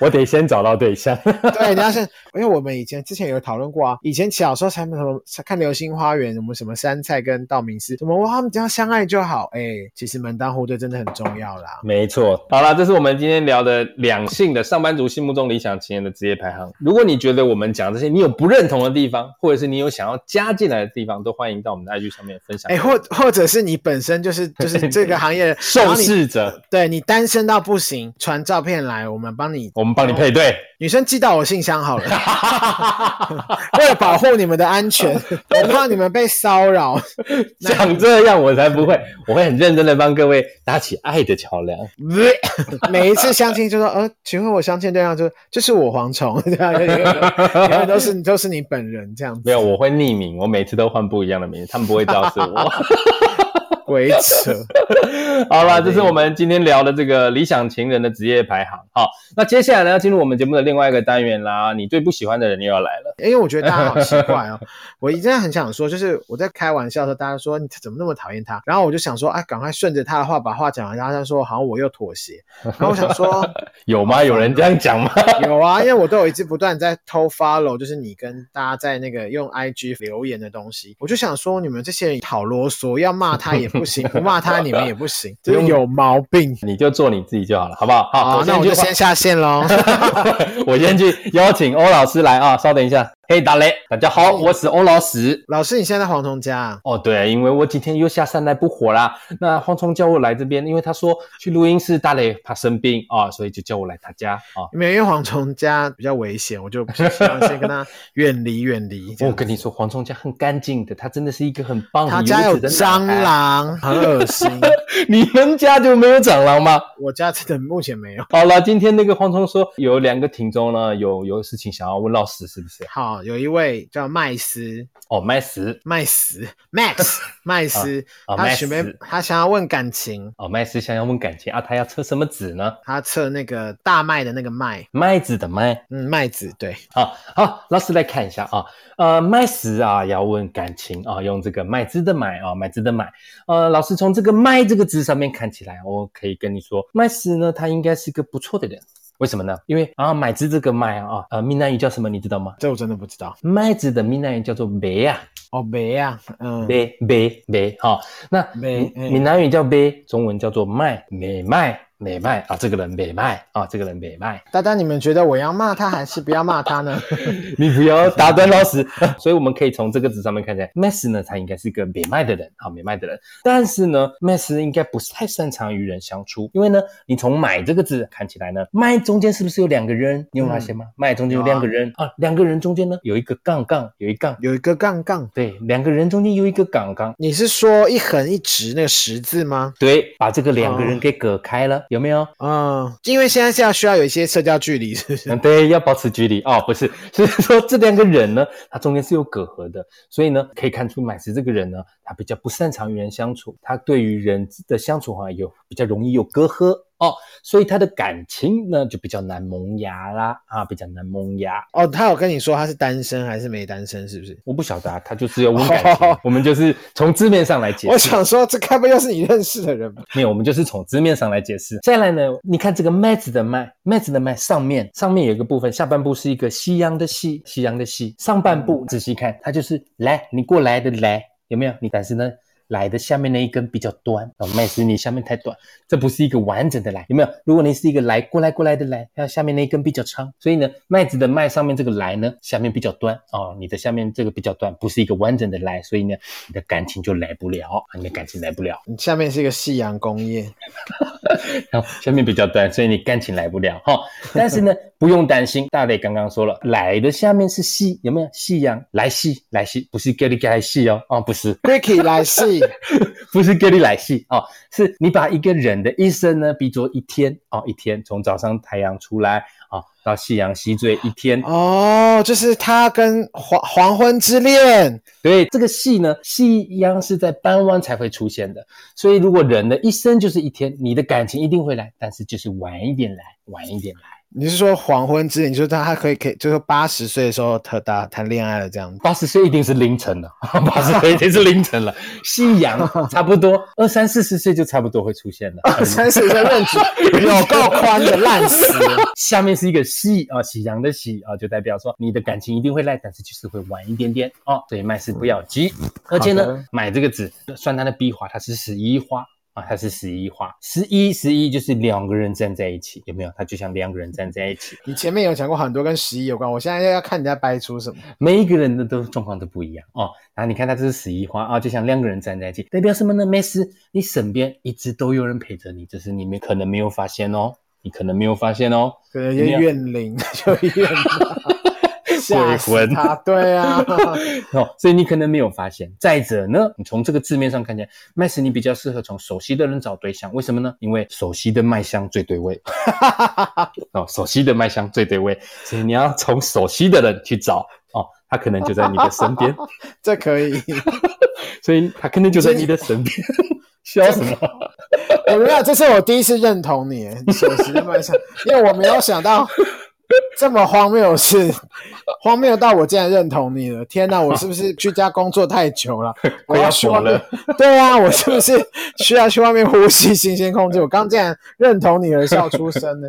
B: 我得先找到对象。
C: <laughs> 对，你要是因为我们以前之前有讨论过啊，以前小时候才什么看《流星花园》，我们什么杉菜跟道明寺，什么哇，他们只要相爱就好。哎、其实门当户对真的很重要啦。
B: 没错，好啦，这是我们今天聊的两性的上班族心目中理想情人的职业排行。如果你觉得我们讲这些，你有不认同的地方，或者是你有想要加进来的地方，都欢迎到我们的 IG 上面分享。
C: 哎、或或者是你本身就是就是这个行业的
B: <laughs> 受试者，
C: 对你单身到不行，传照片来，我们帮你
B: 我们帮你配对。
C: 女生寄到我信箱好了，
B: <laughs>
C: 为了保护你们的安全，我怕你们被骚扰。
B: 像这样我才不会，我会很认真的帮各位搭起爱的桥梁。
C: <laughs> 每一次相亲就说，呃，请问我相亲对象就这是我蝗虫， <laughs> 这样有有有都是都是你本人这样子，
B: 没有，我会匿名，我每次都换不一样的名字，他们不会知道是我。
C: 鬼扯。
B: 好啦，这是我们今天聊的这个理想情人的职业排行。好，那接下来呢，要进入我们节目的另外一个单元啦。你最不喜欢的人又要来了。
C: 因为我觉得大家好奇怪哦，我一直很想说，就是我在开玩笑的时候，大家说你怎么那么讨厌他，然后我就想说，啊，赶快顺着他的话把话讲完，然后他说好像我又妥协，然后我想说
B: 有吗？有人这样讲吗？ <laughs>
C: 有啊，因为我都有一直不断在偷 follow，就是你跟大家在那个用 IG 留言的东西，我就想说你们这些人好啰嗦，要骂他也不行，不骂他你们也不行，就是有毛病。
B: 你就做你自己就好了，好不好？好，
C: 好，那我
B: 去
C: 就先下线喽。
B: 换， <laughs> 我先去邀请欧老师来啊，稍等一下。嘿，打雷，大家好，我是欧老师。
C: <laughs> 老师，你现在在黄虫家啊？
B: 哦，对，因为我今天又下山来不火啦。那黄虫叫我来这边，因为他说去录音室打雷怕生病啊、所以就叫我来他家啊。
C: 没有，因为蝗虫家比较危险，我就希望先跟他远离远离。这
B: 我
C: 样
B: 跟你说，黄虫家很干净的，他真的是一个很棒的。哎
C: 他家有蟑
B: 螂。
C: 螂，很
B: <laughs>
C: 恶心。
B: 你们家就没有蟑螂吗？
C: 我家真的目前没有。
B: 好了，今天那个黄虫说有两个听众呢，有有事情想要问老师，是不是？
C: 好，有一位叫麦斯，
B: 哦，麦斯
C: 麦斯
B: <laughs>
C: Max 麦斯，
B: 啊
C: 他
B: 麦
C: 准备
B: 斯
C: 他想要问感情，
B: 哦，麦斯想要问感情啊，他要测什么子呢？
C: 他测那个大麦的那个麦，
B: 麦子的麦
C: 嗯，麦子对。
B: 啊，好，老师来看一下啊，呃，麦斯啊要问感情啊，用这个麦子的麦啊，麦子的麦，呃，老师从这个麦这个字上面看起来，我可以跟你说，麦斯呢，他应该是个不错的人，为什么呢？因为啊，麦子这个麦啊，呃，闽南语叫什么，你知道吗？
C: 这我真的不知道
B: 麦子的闽南语叫做麦啊。
C: 哦，没啊，嗯，
B: 呗呗呗，好，那
C: 呗
B: 闽
C: 嗯
B: 闽南语叫呗，中文叫做卖，美卖。美卖啊，这个人美卖啊，这个人美卖。
C: 大家你们觉得我要骂他还是不要骂他呢？ <laughs>
B: <laughs> 你不要打断老师。 <laughs> 所以我们可以从这个字上面看起来，Max 呢，他应该是一个美卖的人，好美卖的人。但是呢，Max 应该不是太擅长与人相处，因为呢，你从买这个字看起来呢，卖中间是不是有两个人？你有发现吗？卖中间嗯有两个人啊两个人中间呢有一个杠杠，有一杠。
C: 有一个杠杠，
B: 对，两个人中间有一个杠杠，
C: 你是说一横一直那个十字吗？
B: 对，把这个两个人给隔开了，有没有？
C: 嗯，因为现在是要需要有一些社交距离，是不是？
B: 嗯，对，要保持距离哦，不是，所以说这两个人呢，他中间是有隔阂的，所以呢，可以看出买石这个人呢，他比较不擅长与人相处，他对于人的相处好像有比较容易有隔阂哦，所以他的感情呢就比较难萌芽啦，啊，比较难萌芽。
C: 哦，他有跟你说他是单身还是没单身，是不是？
B: 我不晓得啊，他就只有问感情，
C: 哦
B: 我们就是从字面上来解释。
C: 我想说，这该不又是你认识的人吧？
B: 没有，我们就是从字面上来解释。再来呢，你看这个麦子的麦，麦子的麦上面上面有一个部分，下半部是一个夕阳的夕，夕阳的夕，上半部仔细看，它就是来，你过来的来，有没有？你但是呢？来的下面那一根比较短哦，麦子你下面太短，这不是一个完整的来，有没有？如果你是一个来过来过来的来，那下面那一根比较长，所以呢，麦子的麦上面这个来呢，下面比较短哦，你的下面这个比较短，不是一个完整的来，所以呢，你的感情就来不了，啊你的感情来不了。
C: 你下面是一个夕阳工业，
B: 然后下啊面比较短，所以你感情来不了哈。但是呢， <laughs> 不用担心，大磊刚刚说了，来的下面是夕，有没有夕阳？来夕，来夕，不是 g a l y g a l y 夕哦，啊、不是， <laughs>
C: Ricky 来戏，
B: 不是 g a l y 来夕哦，是你把一个人的一生呢比作一天哦，一天从早上太阳出来啊、哦到夕阳西坠一天
C: 哦，就是他跟黄黄昏之恋，
B: 对，这个夕呢，夕阳是在傍晚才会出现的，所以如果人的一生就是一天，你的感情一定会来，但是就是晚一点来，晚一点来。
C: 你是说黄昏之恋？你说他他可以可以，就是八十岁的时候他打谈恋爱了这样子。
B: 八十岁一定是凌晨了， <laughs> 八十岁一定是凌晨了。夕阳差不多二三四十岁就差不多会出现了。
C: <laughs> 三十岁认知 <laughs> 有够宽的，烂死了！
B: <laughs> 下面是一个夕啊，夕阳的夕啊，就代表说你的感情一定会来，但是就是会晚一点点哦。所以麦氏不要急，而且
C: 嗯好
B: 呢
C: 的，
B: 买这个纸算它的 B 花，它是十一花。啊，它是十一花，十一十一就是两个人站在一起，有没有？它就像两个人站在一起，
C: 你前面有讲过很多跟十一有关，我现在要看你在掰出什么。
B: 每一个人的都状况都不一样哦。然后你看他这是十一花啊，就像两个人站在一起，代表什么呢？没事，你身边一直都有人陪着你，只是你们可能没有发现哦，你可能没有发现哦。
C: 可能就怨灵， <laughs> 就怨 <laughs> 灵吓死他，对啊， <laughs>
B: 哦，所以你可能没有发现。再者呢，你从这个字面上看起来，麦斯你比较适合从熟悉的人找对象，为什么呢？因为熟悉的麦香最对味。 <laughs> 哦，熟悉的麦香最对味，所以你要从熟悉的人去找哦，他可能就在你的身边，
C: 这可以。
B: 所以他可能就在你的身边。 <laughs> 笑什么？
C: 我哎没有，这是我第一次认同你，首席的梦想，因为我没有想到这么荒谬的事，荒谬到我竟然认同你了。天哪，我是不 <laughs> 是居家工作太久 <laughs> 了？我
B: 快要
C: 去
B: 火
C: 外面
B: 了。
C: 对啊，我是不是需要去外面呼吸新鲜空气？我刚竟然认同你而笑出声呢。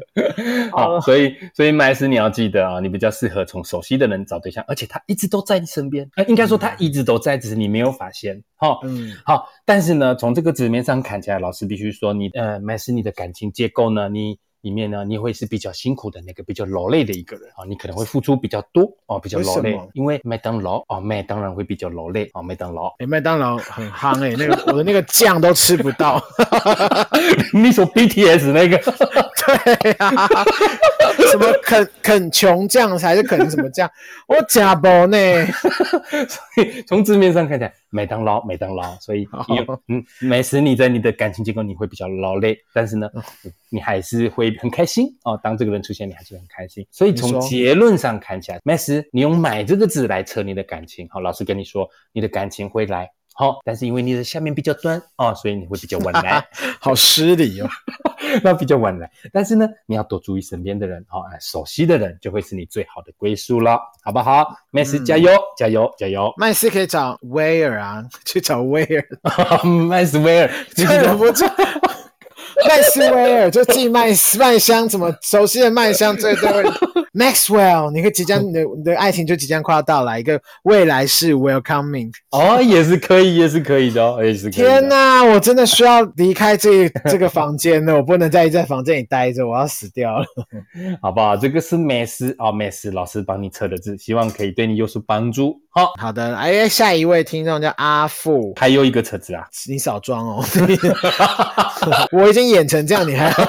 C: 好
B: 好，
C: 了
B: 哦所以所以麦斯你要记得啊、你比较适合从熟悉的人找对象，而且他一直都在你身边，呃应该说他一直都在，只是你没有发现。好、
C: 嗯，
B: 好，但是呢，从这个纸面上看起来，老师必须说你，呃，麦斯你的感情结构呢，你里面呢，你会是比较辛苦的那个，比较劳累的一个人啊、你可能会付出比较多哦，比较劳
C: 为
B: 累
C: 什么，
B: 因为麦当劳哦，麦当然会比较劳累哦，麦当劳， <laughs>
C: 哎、麦当劳很夯哎、那个我的那个酱都吃不到。
B: 你说 BTS 那个
C: 对呀、什么肯肯穷酱还是肯什么酱？我假不呢？
B: <laughs> 从字面上看起来，麦当劳，麦当劳，所以
C: 好
B: 有嗯，美食你在你的感情结构你会比较劳累，但是呢，
C: 嗯
B: 你还是会很开心哦。当这个人出现，你还是很开心。所以
C: 你
B: 从
C: 说
B: 结论上看起来，美食你用“买”这个字来测你的感情，好，老师跟你说，你的感情会来。好、但是因为你的下面比较短哦，所以你会比较晚
C: <laughs>
B: 来，
C: <laughs> 好失礼哦。
B: 那比较晚来。但是呢，你要多注意身边的人哦，哎熟悉的人就会是你最好的归宿了，好不好？美食、
C: 嗯
B: 加油，加油，加油！
C: 麦斯可以找威尔啊，去找威 <laughs> 尔，
B: <laughs> 麦斯威尔，你
C: 这
B: 是
C: <laughs> 忍不住。 <laughs> 麦斯威尔就寄麦斯麦香，怎么熟悉的麦香最对味？ Maxwell，你会即将你的你的爱情就即将快要到来，一个未来式 welcoming。
B: 哦，也是可以，也是可以的哦，也是可以的。
C: 天哪，我真的需要离开这 <laughs> 这个房间了，我不能再在房间里待着，我要死掉了。
B: 好不好？这个是美斯啊，美斯老师帮你测的字，希望可以对你有所帮助。好、
C: 好的，哎，下一位听众叫阿富，
B: 还有一个车子啊，
C: 你少装哦， <laughs> 我已经演成这样，你还
B: 好，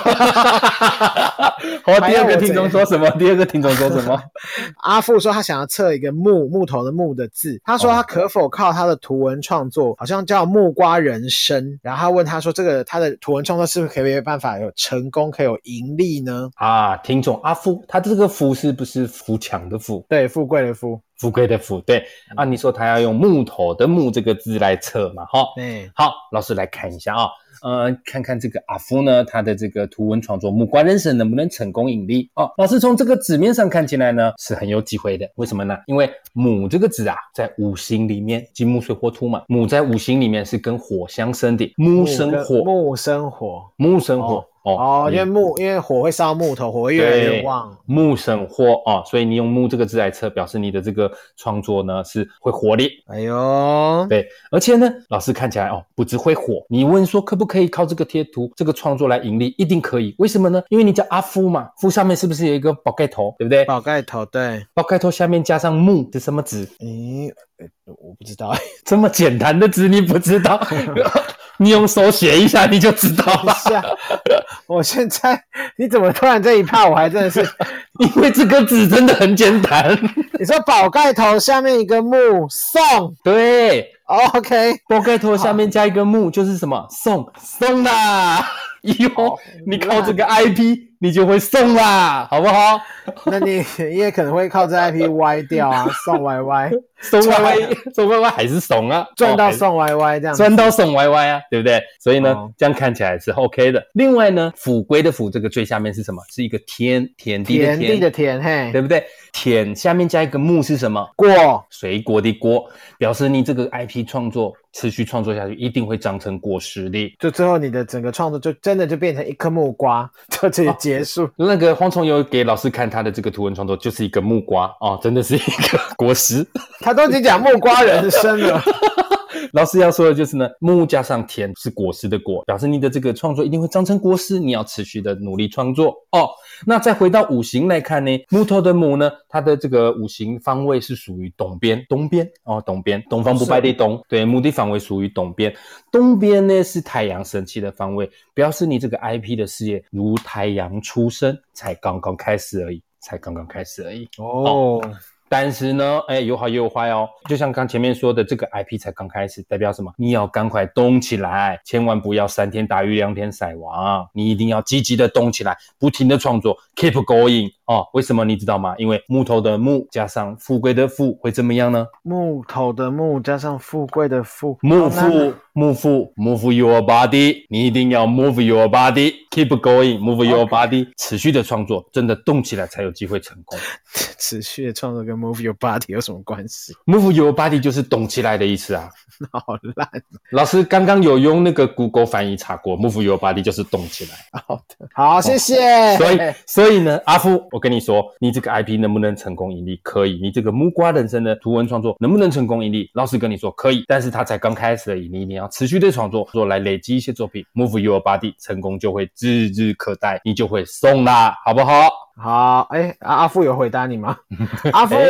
B: 哦第二个听众说什么？第二个听众说什么？ <laughs>
C: 阿富说他想要测一个木木头的木的字，他说他
B: 哦
C: 可否靠他的图文创作，好像叫木瓜人生。然后他问他说这个他的图文创作是不是可以有办法有成功，可以有盈利呢？
B: 啊，听众阿福，他这个福是不是扶墙的扶？
C: 对，富贵的富，
B: 富贵的富，对啊，你说他要用木头的木这个字来测嘛？哈、
C: 哎，
B: 好，老师来看一下啊、呃，看看这个阿夫呢，他的这个图文创作《木瓜人生》能不能成功盈利哦？老师从这个纸面上看起来呢，是很有机会的。为什么呢？因为母这个字啊，在五行里面，金木水火土嘛，母在五行里面是跟火相生的，木生
C: 跟
B: 火，
C: 木生火。
B: 木生火哦
C: 哦，因为木，因为火会烧木头，火会越来越旺。
B: 木生火哦，所以你用木这个字来测，表示你的这个创作呢是会火力。
C: 哎呦，
B: 对，而且呢，老师看起来哦，不只会火。你问说可不可以靠这个贴图、这个创作来盈利，一定可以。为什么呢？因为你叫阿夫嘛，夫上面是不是有一个宝盖头，对不对？
C: 宝盖头，对，
B: 宝盖头下面加上木是什么字？
C: 咦、呃我不知道，
B: 这么简单的字你不知道？ <laughs> 你用手写一下你就知道
C: 等一
B: 了，
C: 下，啊 <laughs> 我现在你怎么突然这一趴，我还真的是， <laughs>
B: 因为这个字真的很简单。
C: 你说宝盖头下面一个木送
B: 对，
C: ，OK，
B: 宝盖头下面加一个木就是什么？送送啦！ <laughs> 以后你靠这个 IP，你就会送啦，好不好？
C: 那你你也可能会靠这 IP 歪掉
B: <laughs>
C: 啊，送 YY
B: 怂歪 <laughs> 歪，怂歪歪还是怂
C: <laughs>
B: 啊，
C: 赚啊到
B: 哦
C: 送 YY 这样
B: 还是
C: 子，
B: 赚到怂歪歪啊，对不对？所以呢，
C: 哦
B: 这样看起来是 OK 的。另外呢，府归的府这个最下面是什么？是一个田，田地的
C: 田
B: 田，
C: 地的田，嘿，
B: 对不对？田下面加一个木是什么？
C: 过
B: 水果的果，表示你这个 IP 创作持续创作下去，一定会长成果实的。
C: 就最后你的整个创作就真的就变成一颗木瓜， <laughs> 就这里结束。
B: 那个蝗虫有给老师看他的这个图文创作，就是一个木瓜哦，真的是一个 <laughs> 果实。
C: 他都已经讲木瓜人
B: <laughs>
C: 生了，
B: 老师要说的就是呢，木加上田是果实的果，表示你的这个创作一定会长成果实，你要持续的努力创作哦。那再回到五行来看呢，木头的木呢，它的这个五行方位是属于东边，东边哦，东边，东方不败的东，对，木的方位属于东边，东边呢是太阳神器的方位，表示你这个 IP 的事业如太阳出生，才刚刚开始而已，才刚刚开始而已。
C: 哦，
B: 但是呢，哎，有好也有坏哦。就像刚前面说的，这个 IP 才刚开始，代表什么？你要赶快动起来，千万不要三天打鱼两天晒网，你一定要积极的动起来，不停的创作，keep going 哦。为什么你知道吗？因为木头的木加上富贵的富会怎么样呢？
C: 木头的木加上富贵的富，
B: 木
C: 好难啊
B: 富木富 move your body，你一定要 move your body，keep going，move your body，持续的创作，真的动起来才有机会成功。
C: <laughs> 持续的创作跟 move your body 有什么关系？
B: move your body 就是动起来的意思啊。
C: 好烂
B: 老师刚刚有用那个 Google 翻译查过，move your body 就是动起来。
C: 好，谢谢。
B: 哦所以，所以呢，阿夫，我跟你说，你这个 IP 能不能成功盈利？可以。你这个木瓜人生的图文创作能不能成功盈利？老师跟你说可以，但是他才刚开始而已，你一定要持续的创作，做来累积一些作品，move your body，成功就会指日可待，你就会送啦，好不好？ <laughs>
C: 好，哎、阿阿富有回答你吗？阿富，
B: 哎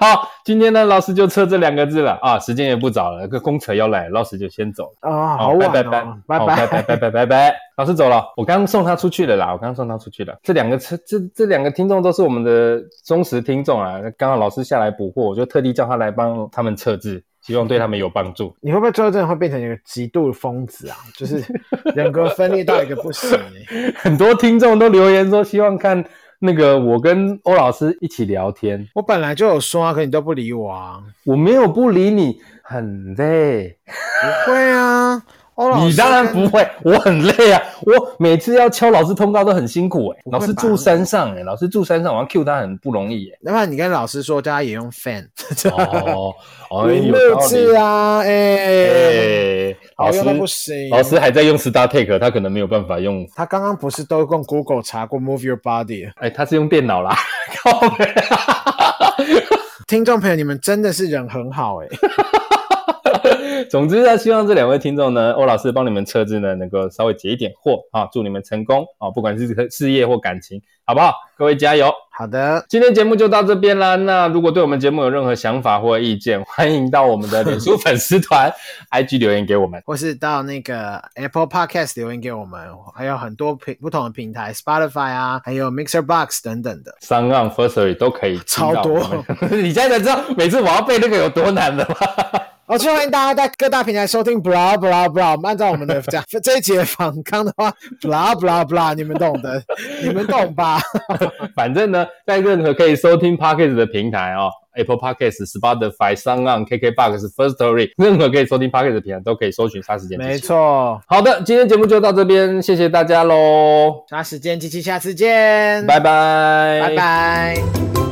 B: 好，今天呢，老师就测这两个字了啊，时间也不早了，个公车要来，老师就先走了。
C: 哦，好
B: 好，
C: 晚
B: 拜拜
C: 哦，
B: 拜好拜
C: 拜
B: 拜拜拜拜拜，老师走了，我刚送他出去了啦，我刚送他出去了。这两个这这这两个听众都是我们的忠实听众啊，刚好老师下来补货，我就特地叫他来帮他们测字，希望对他们有帮助。 <laughs>
C: 你会不会最后真的会变成一个极度疯子啊？就是人格分裂到一个不行、
B: <laughs>
C: 欸。
B: 很多听众都留言说希望看那个我跟欧老师一起聊天，
C: 我本来就有说啊，可你都不理我啊。
B: 我没有不理你，很累。
C: 不会啊，欧老师，
B: 你当然不，会，我很累啊！我每次要敲老师通告都很辛苦哎、
C: 不会
B: 老
C: 吧
B: 师住山上哎、老师住山上，我要 Q 他很不容易哎、
C: 要不然你跟老师说，叫他也用 fan，
B: 哦，哦，
C: 云
B: 有
C: 录
B: 道理
C: 制。啊，哎、
B: 哎，
C: 啊 <laughs> 好用
B: 老
C: 到
B: 师
C: 不行。
B: 老师还在用 Star Take，他可能没有办法用，
C: 他刚刚不是都用 Google 查过 Move Your Body？
B: 哎，他是用电脑啦， <laughs> 靠北
C: 听众朋友，你们真的是人很好哎、
B: 总之呢，希望这两位听众呢，欧老师帮你们车子呢能够稍微解一点惑啊，祝你们成功啊，不管是事业或感情，好不好？各位加油！
C: 好的，
B: 今天节目就到这边啦。那如果对我们节目有任何想法或意见，欢迎到我们的脸书粉丝团、IG <laughs> 留言给我们。
C: 或是到那个 Apple Podcast 留言给我们，还有很多平不同的平台，Spotify 啊，还有 Mixer Box 等等的。
B: 三岸 Firstory 都可以听到我们， <laughs> 你现在才知道每次我要背那个有多难的吗？
C: 好，就欢迎大家在各大平台收听 blah blah blah。我们按照我们 <laughs> 的讲这一节访纲的话，blah blah blah，你们懂 <laughs> 的，你们懂吧？
B: 反正呢，在任何可以收听 Podcast 的平台哦，Apple Podcast、Spotify、s o u n On、KKBox、First Story，任何可以收听 Podcast 的平台都可以搜寻“杀时间”。
C: 没。错，
B: 好的，今天节目就到这边，谢谢大家喽，
C: 嗯抓时间机器，下次见，
B: 拜拜，
C: 拜拜。